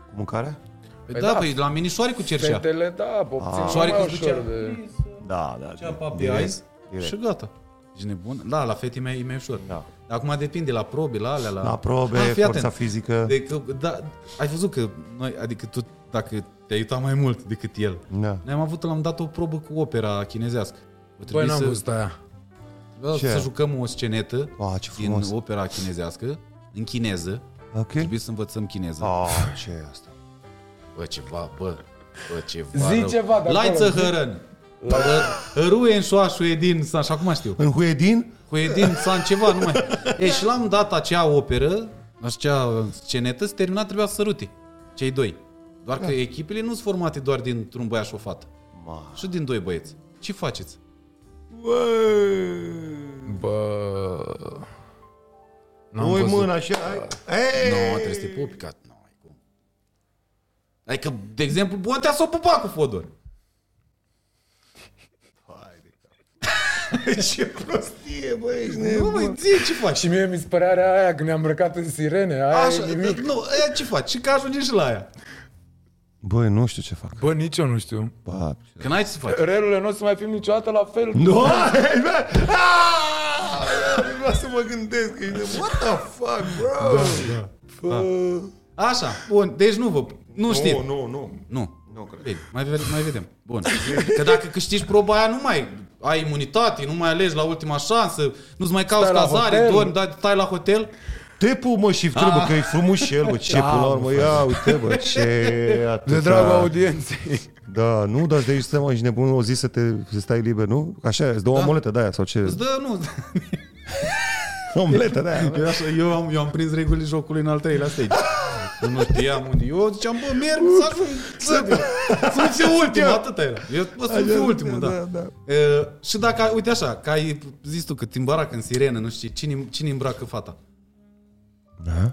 Cu mâncarea?
Păi da,
da.
păi la minișoare cu cerșea.
Fetele,
Ah.
da, obțin și
Soare
mai
că
ușor
ducea
de...
Da, da.
ceapa pe
Direct,
azi
direct.
și gata. Ești nebun? Da, la fete e mai, e mai ușor.
Da.
Acum depinde la probe, la alea, la...
La probe,
Ah, fii atent.
forța fizică.
De că, da, ai văzut că noi, adică tu, dacă te-ai uitat mai mult decât el,
Da.
noi am avut, l-am dat o probă cu opera chinezească. O
Băi,
trebuie
n-am
să,
văzut aia.
bă,
Ce?
să jucăm o scenetă
Ah, ce
din
frumos.
opera chinezească, în chineză.
Ok.
Trebuie să învățăm chineză.
Ah, ce e asta?
Bă, ceva, bă, bă, ceva
Zi
rău.
ceva de acolo,
Laiță
zi.
hărăn. Rue în șoașu din san, și acum știu.
În Huedin?
Cu Edin san ceva, nu mai. E, și l-am dat acea operă, acea scenetă, se termina, trebuia să sărute. Cei doi. Doar
Da.
că echipele nu sunt formate doar dintr-un băiat și o fată.
Ma.
Și din doi băieți. Ce faceți?
Bă... N-am
Ui
văzut.
mâna așa. ai-
Nu,
Ei!
no, trebuie să te pupi, că nu ai cum. Adică, de exemplu, Bontea s-a pupat cu Fodor.
Ce prostie, bă, ești
Nu
nebun.
mai zi ce faci.
Și mie mi se părea rea aia când ne-am îmbrăcat în sirene, aia
Așa,
e nimic.
nu, aia ce faci? Și că ajungi și la aia.
Băi, nu știu ce fac.
Bă, nici eu nu știu.
Ba,
Că n-ai ce să faci.
Relele nu o să mai fim niciodată la fel.
Nu! Vreau să mă gândesc. că e de- What the fuck, bro?
Așa, bun, deci nu vă... Nu
Nu,
știu.
nu, nu.
Nu.
Nu cred.
Bine, mai, ve- mai vedem. Bun. Că dacă câștigi proba aia, nu mai ai imunitate, nu mai alegi la ultima șansă, nu-ți mai cauți
la
cazare,
hotel.
dormi, da- stai la hotel.
Te pu, mă, și trebuie, bă, că e frumos și el, bă, ce, până la urmă, ia, uite, bă, ce atâta.
De dragul audienței.
Da, nu, dar de aici seama, ești nebun o zi să te să stai liber, nu? Așa, Da. îți dă o omuletă de aia sau ce?
Îți dă, nu.
Omuletă de aia.
Eu, așa, eu, am, eu am prins regulile jocului în al treilea stage. Nu, nu știam unde. Eu ziceam, bă, merg să ajung. Să, să fiu ultimul, atâta era. Eu, bă, să fiu ultimul, da.
da.
E, și dacă, uite așa, că ai zis tu că te îmbracă în sirenă, nu știi, cine, cine îmbracă fata?
Da?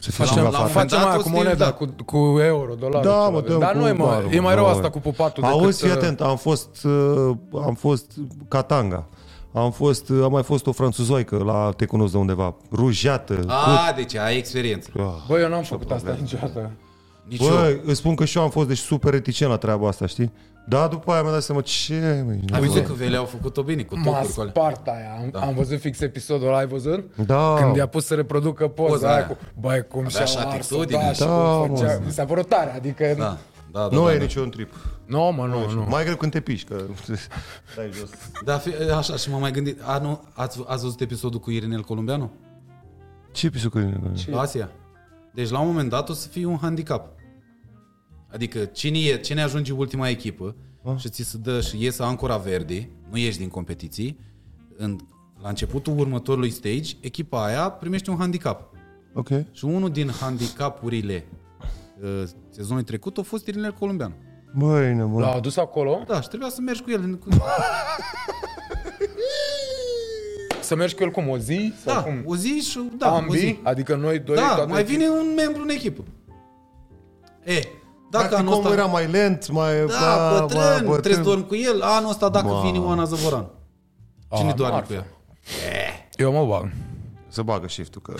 Să fii
Așa,
ceva
la
față.
un moment
Facem
dat
aia
o
cu
să da.
moneda,
fim,
da, cu, cu euro, dolar.
Da, mă, dăm
Dar
cu
nu e, mă,
barul,
e mai rău
da,
asta
mă.
cu pupatul
Auzi, fii
decât... uh,
atent, am fost, uh, am fost Catanga. Am fost, am mai fost o franțuzoică la Te cunosc de undeva, rujată. cu-
A, deci ai experiență.
Ah.
Bă, eu n-am făcut asta niciodată.
Nici eu.
Bă, îți spun că și eu am fost deci super reticent la treaba asta, știi? Da, după aia mi-am dat seama ce... măi,
Ai
nebun.
văzut că vele au făcut-o bine cu
M-a
tocuri cu alea.
spart aia. Am,
Da.
am văzut fix episodul ăla, ai văzut?
Da.
Când i-a pus să reproducă poza,
Poza
aia.
aia.
cu... Băi, cum
Avea și
și-a ars-o,
atitudine.
da, și
Da,
cum făcea...
mă.
Mi s-a părut tare, adică...
Da, da, da.
Nu
da,
e
da.
niciun trip.
Nu, mă, nu, nu.
Mai greu când te piști, că dai jos.
Da, fi, așa, și m-am mai gândit, a, nu, ați, ați văzut episodul cu Irinel Columbeanu?
Ce episod că e?
Asia. Deci la un moment dat o să fii un handicap. Adică cine, e, cine ajunge ultima echipă
Ah.
și ți se dă și iese ancora verde, nu ieși din competiții, în, la începutul următorului stage, echipa aia primește un handicap.
Ok.
Și unul din handicapurile uh, sezonului trecut a fost Irinel Columbeanu.
Băi, nebun.
L-a adus acolo?
Da, și trebuia să mergi cu el. în- Cu...
Să mergi cu el cum, o zi? Sau
Da,
cum?
o zi și... Da, o zi.
Ambii? Adică noi doi,
Da,
toate
mai vine un membru în echipă. E, dacă
Practic,
anul
omul
ăsta...
era mai lent, mai...
Da, bătrân, trebuie să dorm cu el. Anul ăsta dacă
Mamă.
vine Oana Zăvoran. Cine
A,
doarme
marfă.
cu ea?
Ah, Eu mă bag.
Să bagă shift-ul, că...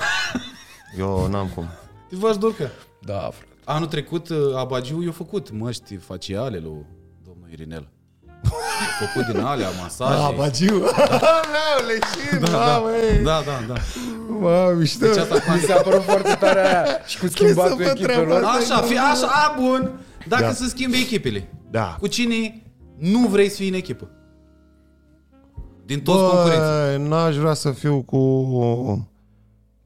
Eu n-am cum.
Te faci doar cu ea.
Da, frate.
Anul trecut, uh, Abagiu i-a făcut măști faciale lui domnul Irinel. I-a făcut din alea,
Da,
masaje.
bagiu! Aoleu, ce mamă, e!
Da, da, da.
Mă, mișto!
Deci asta
Mi
cu
s-a părut foarte tare aia și cu schimbatul
să vă
echipelor.
treaba?
Așa, fi, așa, a, bun. Dacă
Da.
se schimbe echipele.
Da.
Cu cine nu vrei să fii în echipă? Din toți concurenții.
n-aș vrea să fiu cu...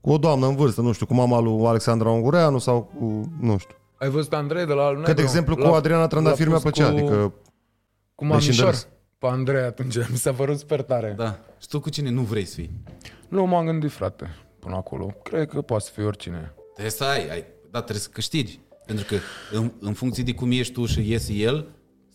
Cu o doamnă în vârstă, nu știu, cu mama lui Alexandra Ungureanu sau cu... Nu știu.
Ai văzut pe Andrei de la al
Păi
Că, de exemplu, cu Adriana Trandafir mi-a plăcea, adică...
Cu mamișor.
Deschidere.
Pe Andrei atunci mi s-a părut super tare.
Da. Și tu cu cine nu vrei să fii?
Nu m-am gândit, frate, până acolo. Cred că poate să fie oricine.
Trebuie să ai, ai da, trebuie să câștigi. Pentru că în, în funcție de cum ești tu și iese el,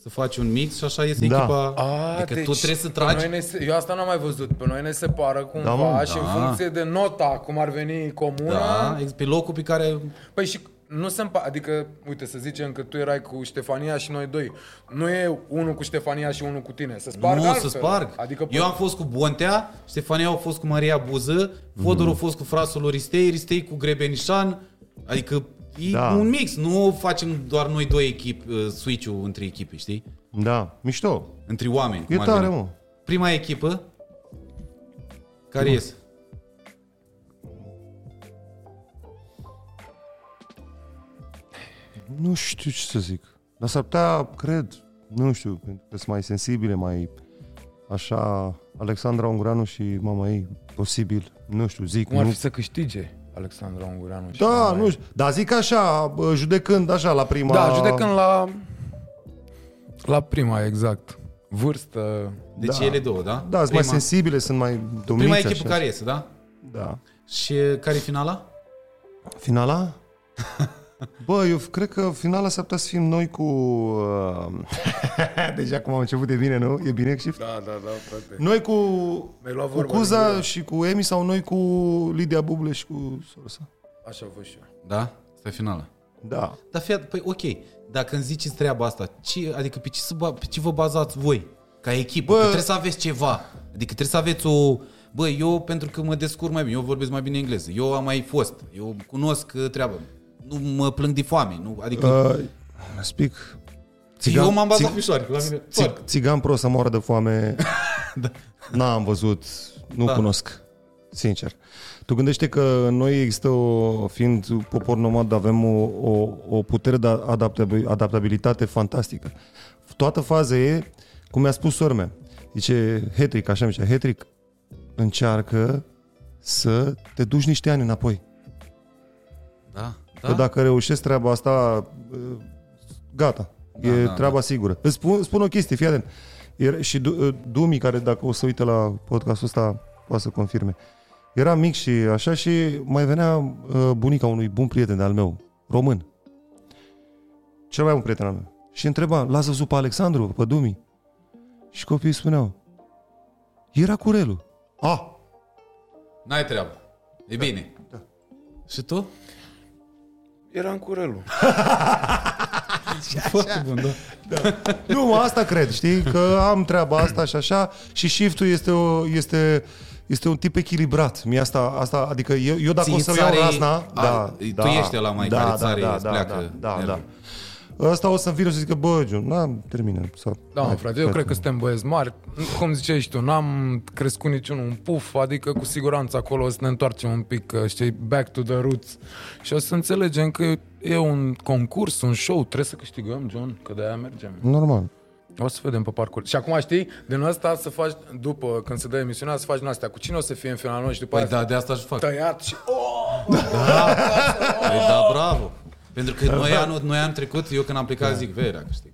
să faci un mix și așa iese
Da.
echipa. adică tu trebuie să
pe
tragi.
deci Noi ne, se- eu asta n-am mai văzut. Pe noi ne separă cumva
Da, mă,
și în funcție de nota, cum ar veni comuna.
Da, pe locul pe care...
Păi și nu se împa- Adică, uite, să zicem că tu erai cu Ștefania și noi doi. Nu e unul cu Ștefania și unul cu tine. Să sparg
Sparg nu, să
altfel.
sparg.
Adică,
Eu am fost cu Bontea, Ștefania a fost cu Maria Buză, Fodor a
Mhm.
fost cu frasul lui Ristei, Ristei cu Grebenișan. Adică e
Da.
un mix. Nu facem doar noi doi echip, uh, switch-ul între echipe, știi?
Da, mișto.
Între oameni.
E
cum ar
tare,
veni.
mă.
Prima echipă care iese.
Nu știu ce să zic. Dar s-ar putea, cred, nu știu, pentru că sunt mai sensibile, mai așa, Alexandra Ungureanu și mama ei, posibil, nu știu, zic,
cum ar
nu.
fi să câștige Alexandra Ungureanu? și
Da,
Mamaia?
nu știu, dar zic așa, bă, judecând așa la prima...
Da, judecând la... La prima, exact. Vârstă...
Deci
Da.
ele două, da?
Da, sunt mai
Prima-
sensibile, sunt mai domniți,
Prima echipă
așa.
care iese, da?
Da.
Și care e finala?
Finala? Bă, eu f- cred că finala s-ar putea să fim noi cu... Uh... Deja acum am început de bine, nu? E bine, Shift?
Da, da, da, frate.
Noi cu,
Mi-ai luat
cu
vorba din
Cuza și cu Emi sau noi cu Lidia Buble și cu Sorsa?
Așa a fost și eu.
Da, asta e finala.
Da.
Dar fiat, păi ok, dacă îmi ziceți treaba asta, ce, adică pe ce, să, ba- pe ce vă bazați voi? Ca echipă, bă. că trebuie să aveți ceva. Adică trebuie să aveți o... Bă, eu pentru că mă descurc mai bine, eu vorbesc mai bine engleză, eu am mai fost, eu cunosc uh, treaba, nu mă plâng de foame, nu, adică uh,
Uh, speak.
eu m-am bazat
țig-
pe șoarcă, la mine.
Ți-
Parc.
țigan prost să moară de foame. da. N-am văzut, nu da. cunosc, sincer. Tu gândește că noi există, o, fiind popor nomad, avem o, o, o putere de adaptabil- adaptabilitate fantastică. Toată faza e, cum mi-a spus sora mea, zice Hetric, așa mi zice, Hetric, încearcă să te duci niște ani înapoi.
Da,
Că
da,
dacă reușesc treaba asta, uh, gata, da, e da, treaba da. sigură. Îți spun, îți spun o chestie, fii atent. Era, și Du- uh, Dumi, care dacă o să uite la podcastul ăsta, poate să confirme. Era mic și așa și mai venea uh, bunica unui bun prieten al meu, român. Cel mai bun prieten al meu. Și întreba, lasă văzut pe Alexandru, pe Dumi? Și copiii spuneau, era curelul. Ah,
n-ai treabă. E bine. Da. Și tu?
Eram cu relul.
Foarte bun, da.
Nu, mă, asta cred, știi? Că am treaba asta și așa și shift-ul este, o, este, este un tip echilibrat. Mie asta, asta adică eu, eu dacă o să iau
Țințarii-
rasna...
a,
da,
tu
da,
ești ăla mai
da,
care
da,
țare,
da,
îți
da,
pleacă
Da, da,
nervul.
da. Ăsta o să vină și zică, bă, Giun, n-am terminat. Sau,
Da, mă,
hai,
frate, eu cred că suntem băieți mari. Cum ziceai și tu, n-am crescut niciunul un puf, adică cu siguranță acolo o să ne întoarcem un pic, că, știi, back to the roots. Și o să înțelegem că e un concurs, un show, trebuie să câștigăm, John, că de-aia mergem.
Normal.
O să vedem pe parcurs. Și acum știi, din asta să faci, după când se dă emisiunea, să faci din astea. Cu cine o să fie în finalul nostru și după
Păi
aia
da, de asta își fac.
tăiat și...
Păi da, bravo. Pentru că noi anul, noi am trecut, eu când am plecat zic, vei, era câștig.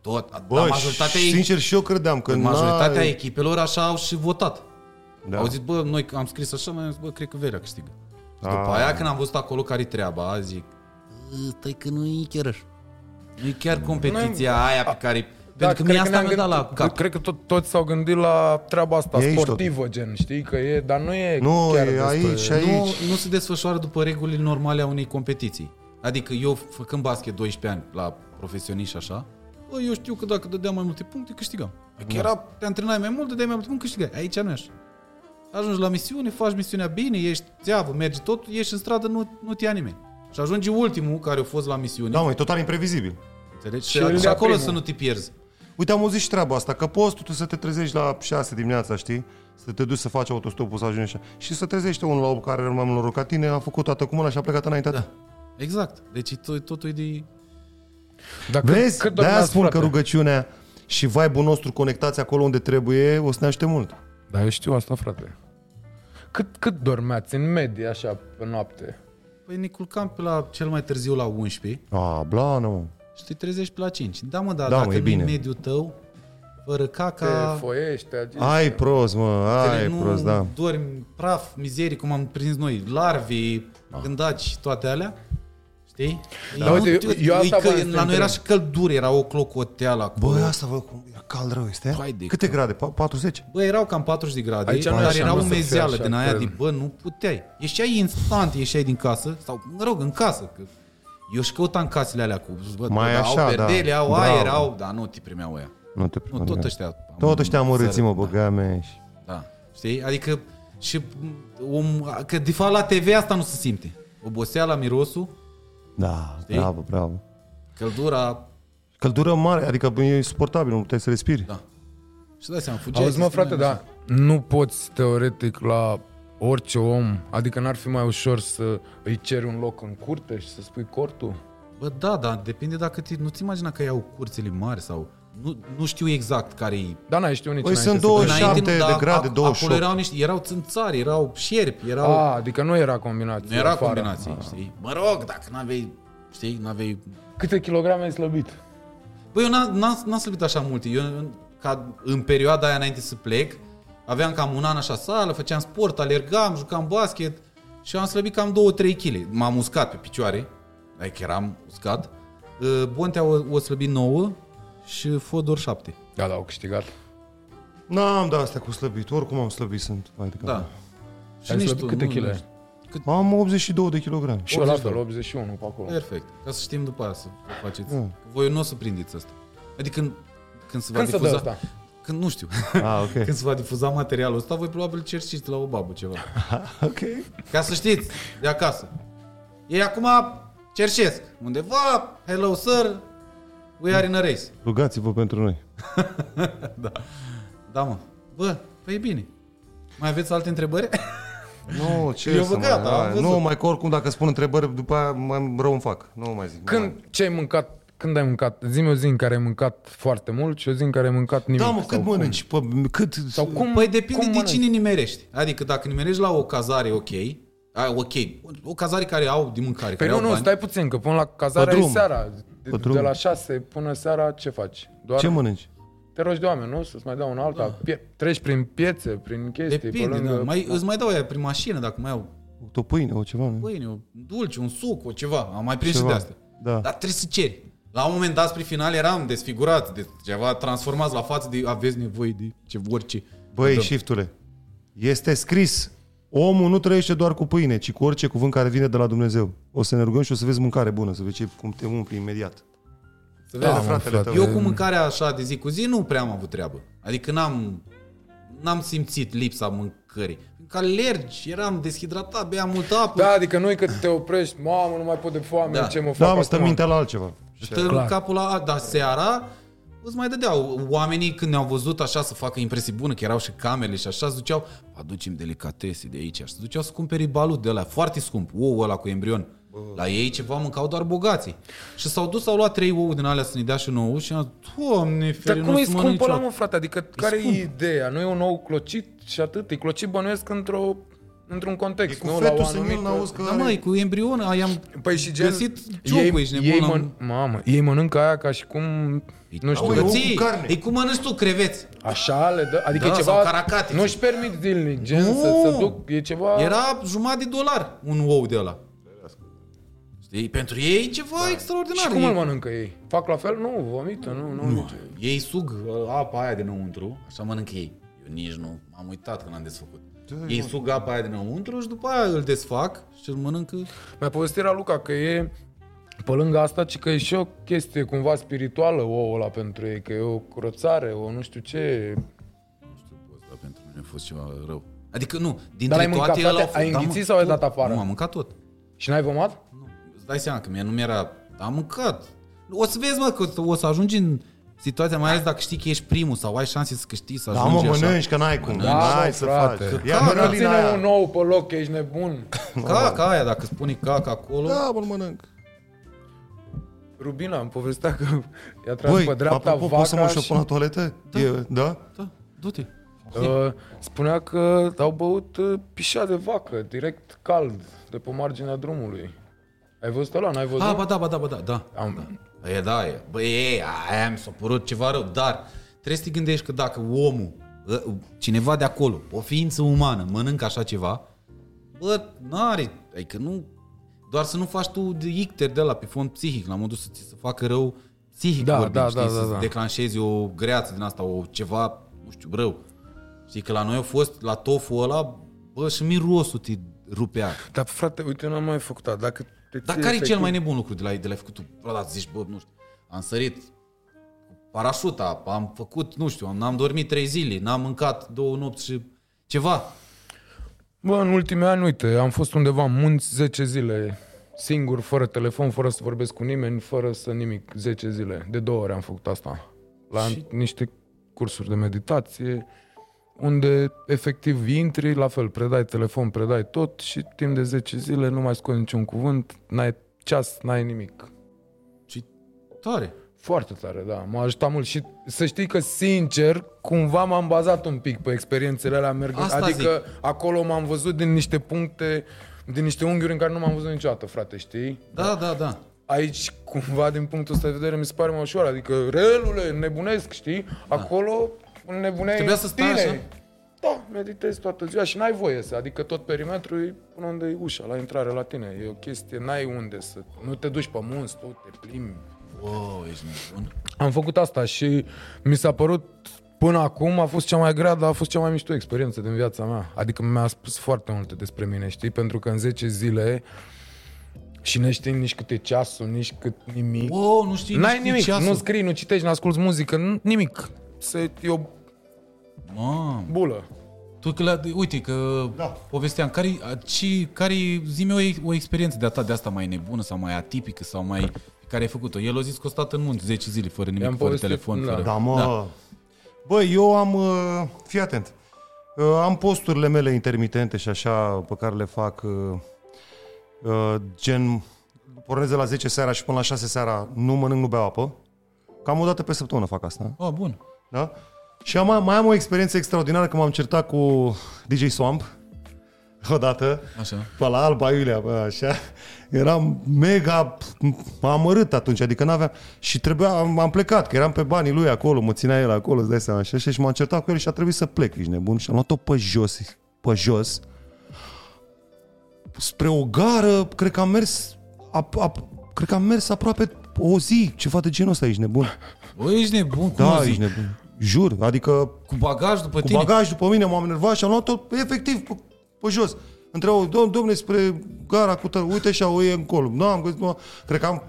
Tot, Bă, la
Da. Bă,
majoritatea, ei-
sincer, și eu credeam că
majoritatea
n-ai-
echipelor așa au și votat. Da.
Da.
Au zis, bă, noi am scris așa, mai zis, bă, cred că Verea câștigă. Și după
Ah.
aia când am văzut acolo care-i treaba, zic, "Ă, stai că nu e chiar așa. Nu e chiar competiția noi, aia pe care... Da, pentru că mie asta mi-a dat la cap.
Cred că tot, toți s-au gândit la treaba asta
E aici
sportivă, gen, știi, că e, dar nu e
Nu,
chiar
e
despre-
aici, și aici.
nu, nu se desfășoară după regulile normale a unei competiții. Adică eu, făcând basket 12 ani la profesioniști și așa, bă, eu știu că dacă dădeam mai multe puncte, câștigam. Că era, te antrenai mai mult, dădeai mai multe puncte, câștigai. Aici nu e așa. Ajungi la misiune, faci misiunea bine, ești țeavă, mergi tot, ieși în stradă, nu, nu te ia nimeni. Și ajungi ultimul care a fost la misiune,
Da, mă, e total imprevizibil.
înțelegi?
el
Și, și
ia
acolo
primul.
să nu te pierzi.
Uite, am auzit și treaba asta, că poți tu să te trezești la 6 dimineața, știi? Să te duci să faci autostopul, să ajungi așa. Și să trezește unul la 8 care rămâne în noroc ca tine, a făcut toată cumula și a plecat înaintea da.
Exact. Deci tot- totul e de...
Dar cât-
Vezi?
cât
Cât De-aia
dormeați,
spun
frate?
că rugăciunea și vibe-ul nostru conectați acolo unde trebuie, o să ne aștept mult.
Da, eu știu asta, frate. Cât, cât dormeați în medie, așa, pe noapte?
Păi ne culcam pe la cel mai târziu la 11,
A, blană, mă.
Și te trezești pe la 5. Da, mă, dar
Da,
da,
mă,
dacă
e
nu
bine.
e mediul tău, fără
Te
Da.
caca,
foiești, te agiți.
Ai prost, mă, ai
nu
prost, da.
dormi praf, mizerii, cum am prins noi, larvi,
Ah.
gândaci, toate alea. Știi?
Da,
Nu,
uite, eu-
te-
eu asta
e că
voiam să te
la noi era
întreb.
și căldură, era o clocoteală acolo.
Bă,
Bă,
asta vă, cum e cald rău este?
Hai de
Câte grade? Pa- 40?
bă, erau cam 40 de grade,
Aici nu e
dar
așa,
era
nu
o
să fie
mezeală
așa,
din aia
că-
de, bă, nu puteai. Ieșeai instant, ieșeai din casă, sau, mă rog, în casă, că eu și căutam casele alea cu, bă,
Mai
bă,
așa,
au
da.
perdele, au
Bravo.
aer, au, dar nu te primeau aia.
Nu te
Nu, tot ăștia.
Tot ăștia amărâți, mă,
Țără-
băga mea. și-
Da. Știi? Adică și om, că de fapt la TV asta nu se simte. Oboseala, mirosul,
Da, bravo, bravo.
căldura,
Căldură mare, adică bă, e suportabil, nu puteai să respiri.
da. Și dai seama, fugeai.
Auzi, mă,
să
frate,
strângi
da, nu poți, teoretic, la orice om, adică n-ar fi mai ușor să îi ceri un loc în curte și să spui cortul?
așa. Bă, da, da, depinde dacă te, nu-ți imagina că iau curțele mari sau... Nu, nu știu exact care e.
Da, n-ai știu nici
Păi
înainte
sunt
să-
27 de
dar
grade,
ac-
28.
Acolo erau, niște, erau țânțari, erau șerpi, erau...
A, adică nu era combinație.
nu era
afară. Ah.
combinație, știi? Mă rog, dacă n-avei, știi, n-avei
Câte kilograme ai slăbit?
Băi, eu n-am, n-am, n-am slăbit așa multe. Eu, în- ca în perioada aia înainte să plec, aveam cam un an așa sală, făceam sport, alergam, jucam basket și am slăbit cam 2-3 kg. M-am uscat pe picioare, adică eram uscat. Uh, Bontea o, o slăbit 9 și Fodor 7.
Da, da, au câștigat.
N-am de astea cu slăbit, oricum am slăbit, sunt mai degrabă.
Da. Și
Ai slăbit câte
nu-
kg?
nu-
Am 82 de kilograme.
Și ăla fel, 81 pe acolo. Mm.
Perfect. Ca să știm după aia să o faceți. Voi nu o să prindeți asta. Adică când se va
Când se dă
difuza...
ăsta?
Când nu știu.
Ah, ok.
Când se va difuza materialul ăsta, voi probabil cerșiți la o babă ceva.
ok.
Ca să știți, de acasă. Ei acum cerșesc. Undeva, hello sir, we are in a race.
Rugați-vă pentru noi.
Da, mă. Bă, păi e bine. Mai aveți alte întrebări?
Nu, ce
Eu
să
vă
mai-
gata, am
hai,
văzut.
Nu, mai că oricum dacă spun întrebări, după aia mai rău îmi fac. Nu mai zic. Nu mai-
Când, ce ai mâncat? Când ai mâncat? Zi-mi o zi în care ai mâncat foarte mult și o zi în care ai mâncat nimic.
Da, mă, cât
sau
mănânci? Pă, cât?
Cum? Sau cum?
Păi depinde
cum
cum de
mănânci?
cine nimerești. Adică dacă nimerești la o cazare, ok. A, ok. O cazare care au din mâncare,
Păi
care
nu,
au
nu,
bani.
stai puțin, că până la cazare
Pe
e
drum.
seara. De,
Pe drum.
de la 6 până seara ce faci? Doar
Ce mănânci? Ah.
te rogi de oameni, nu? Să-ți mai dea una alta. Pie- treci prin piețe, prin chestii, pe
Depinde,
lângă...
da. mai, îți mai dau aia prin mașină, dacă mai au
O pâine, o ceva, nu?
pâine, un dulce, un suc, o ceva. Am mai prins și de
Ceva.
asta.
Da.
Dar trebuie să ceri. La un moment dat, spre final, eram desfigurat, de ceva transformați la față de aveți nevoie de ce orice.
Băi,
Da.
shiftule, este scris. Omul nu trăiește doar cu pâine, ci cu orice cuvânt care vine de la Dumnezeu. O să ne rugăm și o să vezi mâncare bună, să vezi ce- cum te umpli imediat.
Să
Da,
vezi,
da fratele
frate.
tău.
Eu cu mâncarea așa de zi cu zi nu prea am avut treabă. Adică n-am, n-am simțit lipsa mâncării. Că alergi, eram deshidratat, beam multă apă.
Da, adică nu e că te oprești, mamă, nu mai pot de foame,
Da.
ce mă fac
Da, mă,
acum?"
stă mintea la altceva.
Stă
clar.
capul la... Dar seara îți mai dădeau. Oamenii când ne-au văzut așa să facă impresii bună, că erau și camerele și așa, se duceau, aducem delicatese de aici. Și se duceau să cumpere balut de la foarte scump, ouă ăla cu embrion. La ei ceva mâncau doar bogații. Și s-au dus, au luat trei ouă din alea să ne dea și nouă și am zis, doamne,
Dar
feri,
cum e
nu-ți mănânc
scump ăla,
niciodată."
mă, frate? Adică care e ideea? Nu e un nou clocit și atât? E clocit bănuiesc într-o, într-un
E
context,
cu
nu? La o
fetul senil,
anumită...
n-auzi că
Da,
are-
măi, cu embrion, ai am
Păi și gen...
Găsit ciocul, ești nebun,
ei
am-
mănân- Mamă, ei mănâncă aia ca și cum... Nu știu,
Ui,
Bă,
ou cu
ții,
carne.
E cum mănânci tu creveți.
așa le dă... Adică
Da,
e
sau
ceva...
caracatițe.
Nu-și permit zilnic, gen
Nu.
să, să duc... E ceva...
Era jumătate de dolar un ou de ăla. Știi, pentru ei e ceva
Da.
extraordinar.
Și cum îl
ei,
mănâncă ei? Fac la fel? Nu, vomită, nu, nu. nu.
ei sug uh, apa aia dinăuntru, așa mănâncă ei. Eu nici nu, am uitat când am desfăcut.
Da,
Ei sug apa aia dinăuntru și după aia îl desfac și îl mănâncă.
Mi-a povestit la Luca că e pe lângă asta, ci că e și o chestie cumva spirituală ouă ăla pentru ei, că e o curățare, o nu știu ce,
Dar da, pentru mine a fost ceva rău. Adică nu, dintre
Dar l-ai
toate
mâncat,
ăla au
frate?
fost-
Ai
da, mă,
înghițit sau ai
tot.
dat afară?
Nu, am mâncat tot.
Și n-ai vomat?
Îți dai seama că mie nu mi-era... Am mâncat. O să vezi, mă, că o să ajungi în situația, mai ales dacă știi că ești primul sau ai șanse să câștigi, să
Da, mă,
ajungi așa.
mănânci, că n-ai cum.
mă,
N-ai să
frate.
faci.
Ca-
Da, Ia mărălina
da. Ține un
aia.
nou pe loc, că ești nebun.
Caca aia, dacă spune caca acolo. Da.
Da, mă, mănânc.
Rubina îmi povestea că i-a tras
Băi,
pe dreapta
apropo, poți să
vaca
mă
și
șopă la toaletă? E- Da?
da du-te.
uh, spunea că au băut uh, pișa de vacă, direct cald, de pe marginea drumului. Ai văzut ăla? N-ai văzut?
Ah, ba da, ba da, ba da, da.
Am...
E, da, e. Bă, e, aia mi s-a părut ceva rău, dar trebuie să te gândești că dacă omul, ă, cineva de acolo, o ființă umană, mănâncă așa ceva, bă, n-are, adică nu, doar să nu faci tu de icter de la pe fond psihic, la modul să ți se facă rău psihic
Da,
vorbind,
da,
știi,
da,
să
da, da.
declanșezi o greață din asta, o ceva, nu știu, rău. Știi că la noi a fost, la tofu ăla, bă, și mirosul te rupea.
Dar frate, uite, n-am mai făcut asta. Dacă te
Dar
ții
care e cel
efectiv-
mai nebun lucru de la, de la făcut tu? Bă, da, zici, bă, nu știu, am sărit cu parașuta, am făcut, nu știu, am- n-am dormit trei zile, n-am mâncat două nopți și ceva.
Bă, în ultimii ani, uite, am fost undeva în munți 10 zile, singur, fără telefon, fără să vorbesc cu nimeni, fără să nimic, 10 zile. De două ori am făcut asta. La și... niște cursuri de meditație, unde efectiv intri, la fel, predai telefon, predai tot și timp de 10 zile nu mai scoți niciun cuvânt, n-ai ceas, n-ai nimic.
Și tare.
Foarte tare, da. M-a ajutat mult și să știi că, sincer, cumva m-am bazat un pic pe experiențele alea mergând.
Asta
adică acolo m-am văzut din niște puncte, din niște unghiuri în care nu m-am văzut niciodată, frate, știi?
Da, da, da.
Aici, cumva, din punctul ăsta de vedere, mi se pare mai ușor. Adică, relule, nebunesc, știi? Acolo nebuneai
Trebuia
în
să stai
tine.
așa?
Da, meditezi toată ziua și n-ai voie să, adică tot perimetrul e până unde e ușa, la intrare la tine. E o chestie, n-ai unde să, nu te duci pe munți, tu te plimbi,
Wow, ești nebun.
am făcut asta și mi s-a părut până acum a fost cea mai grea, dar a fost cea mai mișto experiență din viața mea. Adică mi-a spus foarte multe despre mine, știi? Pentru că în 10 zile Și nu știi nici cât e ceasul, nici cât nimic.
Wow, nu știi
N-ai
nici
nimic,
ceasul.
nu scrii, nu citești, nu asculti muzică, nu- nimic. Se, e o
Mamă.
bulă.
Tu, că la, uite, că da. povesteam, care, ci, care zi-mi o, o experiență de-a ta de asta mai nebună sau mai atipică sau mai... pe care ai făcut-o. El a zis că a stat în munți 10 zile fără nimic,
I-am
fără
povestit,
telefon,
da.
fără...
Da, mă. Da. Bă, eu am... uh, Fii atent. Uh, Am posturile mele intermitente și așa pe care le fac uh, uh, gen... Pornesc de la 10 seara și până la 6 seara nu mănânc, nu beau apă. Cam o dată pe săptămână fac asta.
A, Oh, bun.
Da? Și am, mai am o experiență extraordinară că m-am certat cu DJ Swamp odată.
Așa.
Pe la Alba Iulia, bă, așa. Eram mega amărât atunci, adică n-aveam... Și trebuia, am, am plecat, că eram pe banii lui acolo, mă ținea el acolo, îți dai seama, așa, și m-am certat cu el și a trebuit să plec, ești nebun. Și am luat-o pe jos, pe jos, spre o gară, cred că am mers, ap, ap, cred că am mers aproape o zi, ceva de genul ăsta, ești nebun.
Bă, ești nebun, cum
Da,
zici?
ești nebun. Jur, adică
Cu bagaj după
cu
tine?
bagaj după mine, m-am enervat și am luat-o efectiv pe, pe jos. Întreau, domn, domne, spre gara cu tăr, uite și o e încolo. Nu am găsit, nu, cred că am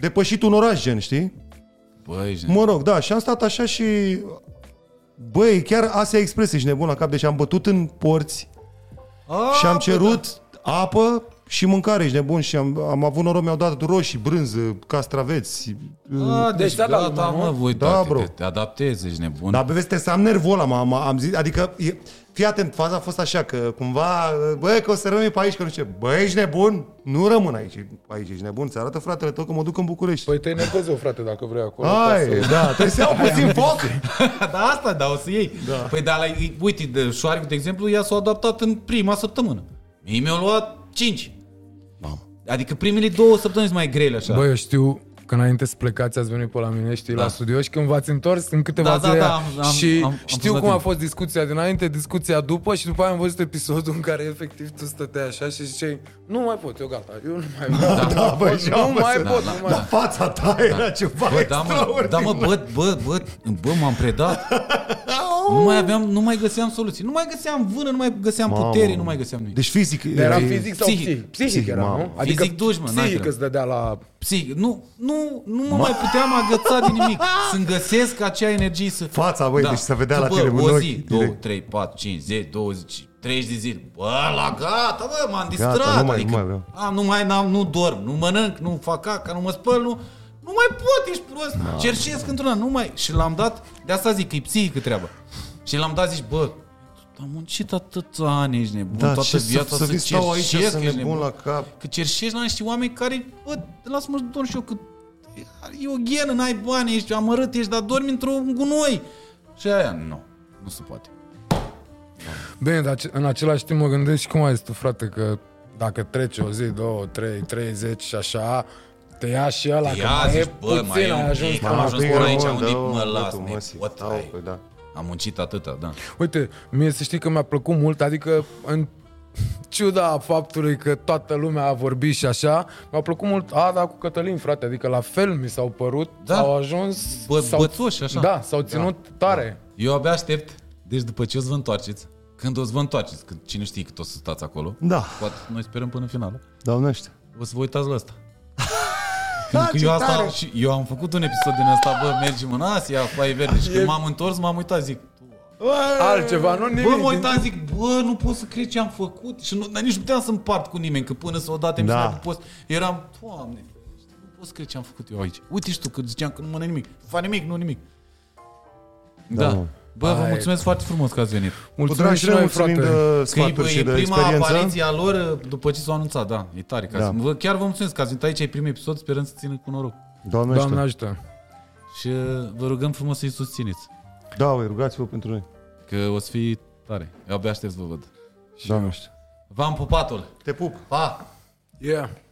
depășit un oraș, gen, știi?
Bă, ești nebun.
Mă rog, da, și am stat așa și... Băi, chiar Asia Express ești nebun la cap, deci am bătut în porți
A,
și am cerut apă și mâncare, ești nebun, și am, am avut noroc, mi-au dat roșii, brânză, castraveți.
A, deci
Deci, da, da,
gata,
nu?
mă, voi
Da,
toate,
bro. Da.
Te, te adaptezi, ești nebun.
Dar pe vezi, te- să am nervul ăla, m-am, am zis, adică, e, fii atent, faza a fost așa, că cumva, bă, că o să rămâi pe aici, că nu știu ce, bă, ești nebun? Nu rămân aici, aici ești nebun, ți arată fratele tău că mă duc în București. Păi,
Păi te nepăzău, frate, dacă vrei acolo. poți
Hai,
să-
da, trebuie să iau puțin foc.
da, asta, da, o să iei. Da. Păi, dar, la, uite, de șoarec, de exemplu, ea s-a adaptat în prima săptămână. Mie mi-au luat 5.
Mamă.
Adică primele două săptămâni sunt mai grele, așa.
Bă, eu știu că înainte să plecați ați venit pe la mine, știi, da. la studio și când v-ați întors în câteva
Da, da,
zile
da, am- am-
și
am- am
știu
pus
cum a
atent.
fost discuția dinainte, discuția după și după aia am văzut episodul în care efectiv tu stăteai așa și ziceai nu mai pot, eu gata, eu nu mai pot, da,
Da, băi, și
nu
am
mai
să-
pot,
Da,
nu mai
La
pot.
fața ta era ceva
Bă, da, mă, da,
extraordinar.
mă, bă, bă, bă, bă, m-am predat. Nu mai aveam, nu mai găseam soluții. Nu mai găseam vână, nu mai găseam
Mamă.
putere, nu mai găseam nimic.
Deci fizic...
Era
e-
fizic sau
Psihic.
psihic? Psihic,
Psihic,
era,
mamă.
nu? Adică
Fizic duci, mă, n-ai
psihic
treabă.
îți dădea la...
Psihic, nu, nu, nu mă mai puteam agăța de nimic. Să-mi găsesc acea energie să...
Fața, băi, deci se vedea la tine,
bă,
în
o
ochi,
zi,
direct.
2, 3, 4, 5, 10, 20, 30 de zile. Bă, la gata, bă, m-am distrat.
nu mai-
adică,
nu mai vreau.
A, nu mai n-am, nu dorm, nu mănânc, nu fac caca, nu mă spăl, nu... Nu mai pot, ești prost. Da. Cerșesc într-una, nu mai... Și l-am dat, de asta zic, că e psihică treaba. Și l-am dat, zici, bă, am muncit atâția ani, ești nebun,
Da,
toată
ce să,
viața
să vii stau aici
cerșesc,
să
ești
nebun la cap.
Că cerșești la niște oameni care, bă, lasă-mă să dorm și eu, că e o ghenă, n-ai bani, ești amărât, ești, dar dormi într-un gunoi. Și aia, nu, nu se poate.
Bine, dar ce- în același timp mă gândesc și cum ai zis tu, frate, că dacă trece o zi, două, trei, treizeci și așa, te ia și ăla, că
Ia,
mai
zici,
e
bă,
puțin,
mai e
ai
un
ajuns
pic,
la
am ajuns
bine,
până aici,
mă,
am
da,
unit,
mă,
mă, las,
tu, mă,
ne
si-
pot
stau,
trai.
păi, da.
Am muncit atâta, da.
Uite, mie să știi că mi-a plăcut mult, adică în ciuda faptului că toată lumea a vorbit și așa, mi-a plăcut mult Ada cu Cătălin, frate, adică la fel mi s-au părut,
Da.
au ajuns...
Bă-
s-au-
bățoși, așa.
Da, s-au ținut tare.
Eu abia aștept, deci după ce o să vă întoarceți, când o să vă întoarceți, că cine știe cât o să stați acolo,
Da,
poate noi sperăm până în final,
doamnește.
o să vă uitați la asta.
Da,
Că
ce
eu, asta,
tare.
și eu am făcut un episod din asta, bă, mergem în Asia, foaie verde și când m-am întors, m-am uitat, zic,
Altceva, nu nimic.
Bă, mă uitam, zic, bă, nu pot să cred ce am făcut și nu, dar nici nu puteam să împart cu nimeni, că până s-o dat emisiunea
Da.
pe post, eram, doamne, ferește, nu pot să cred ce am făcut eu aici. Uite și tu, că ziceam că nu mănânc nimic. Fa nimic, nu nimic. Da.
mă.
Bă, vă
Hai.
mulțumesc foarte frumos că ați venit.
Cu
Mulțumim
dragi
și
noi,
noi,
mulțumim
frate.
de
Că e,
sfaturi și
e
de
prima
experiență.
apariție a lor uh, după ce s-au anunțat, da, e tare. Că
Da.
da. Vă, chiar vă mulțumesc că ați venit aici, e primul episod, sperăm să țină cu noroc.
Doamnește.
Doamne ajută.
Și uh, vă rugăm frumos să-i susțineți,
Da, băi, rugați-vă pentru noi.
că o să fie tare. Eu abia aștept să vă văd.
Doamnește.
V-am pupatul!
Te pup.
Pa!
Yeah.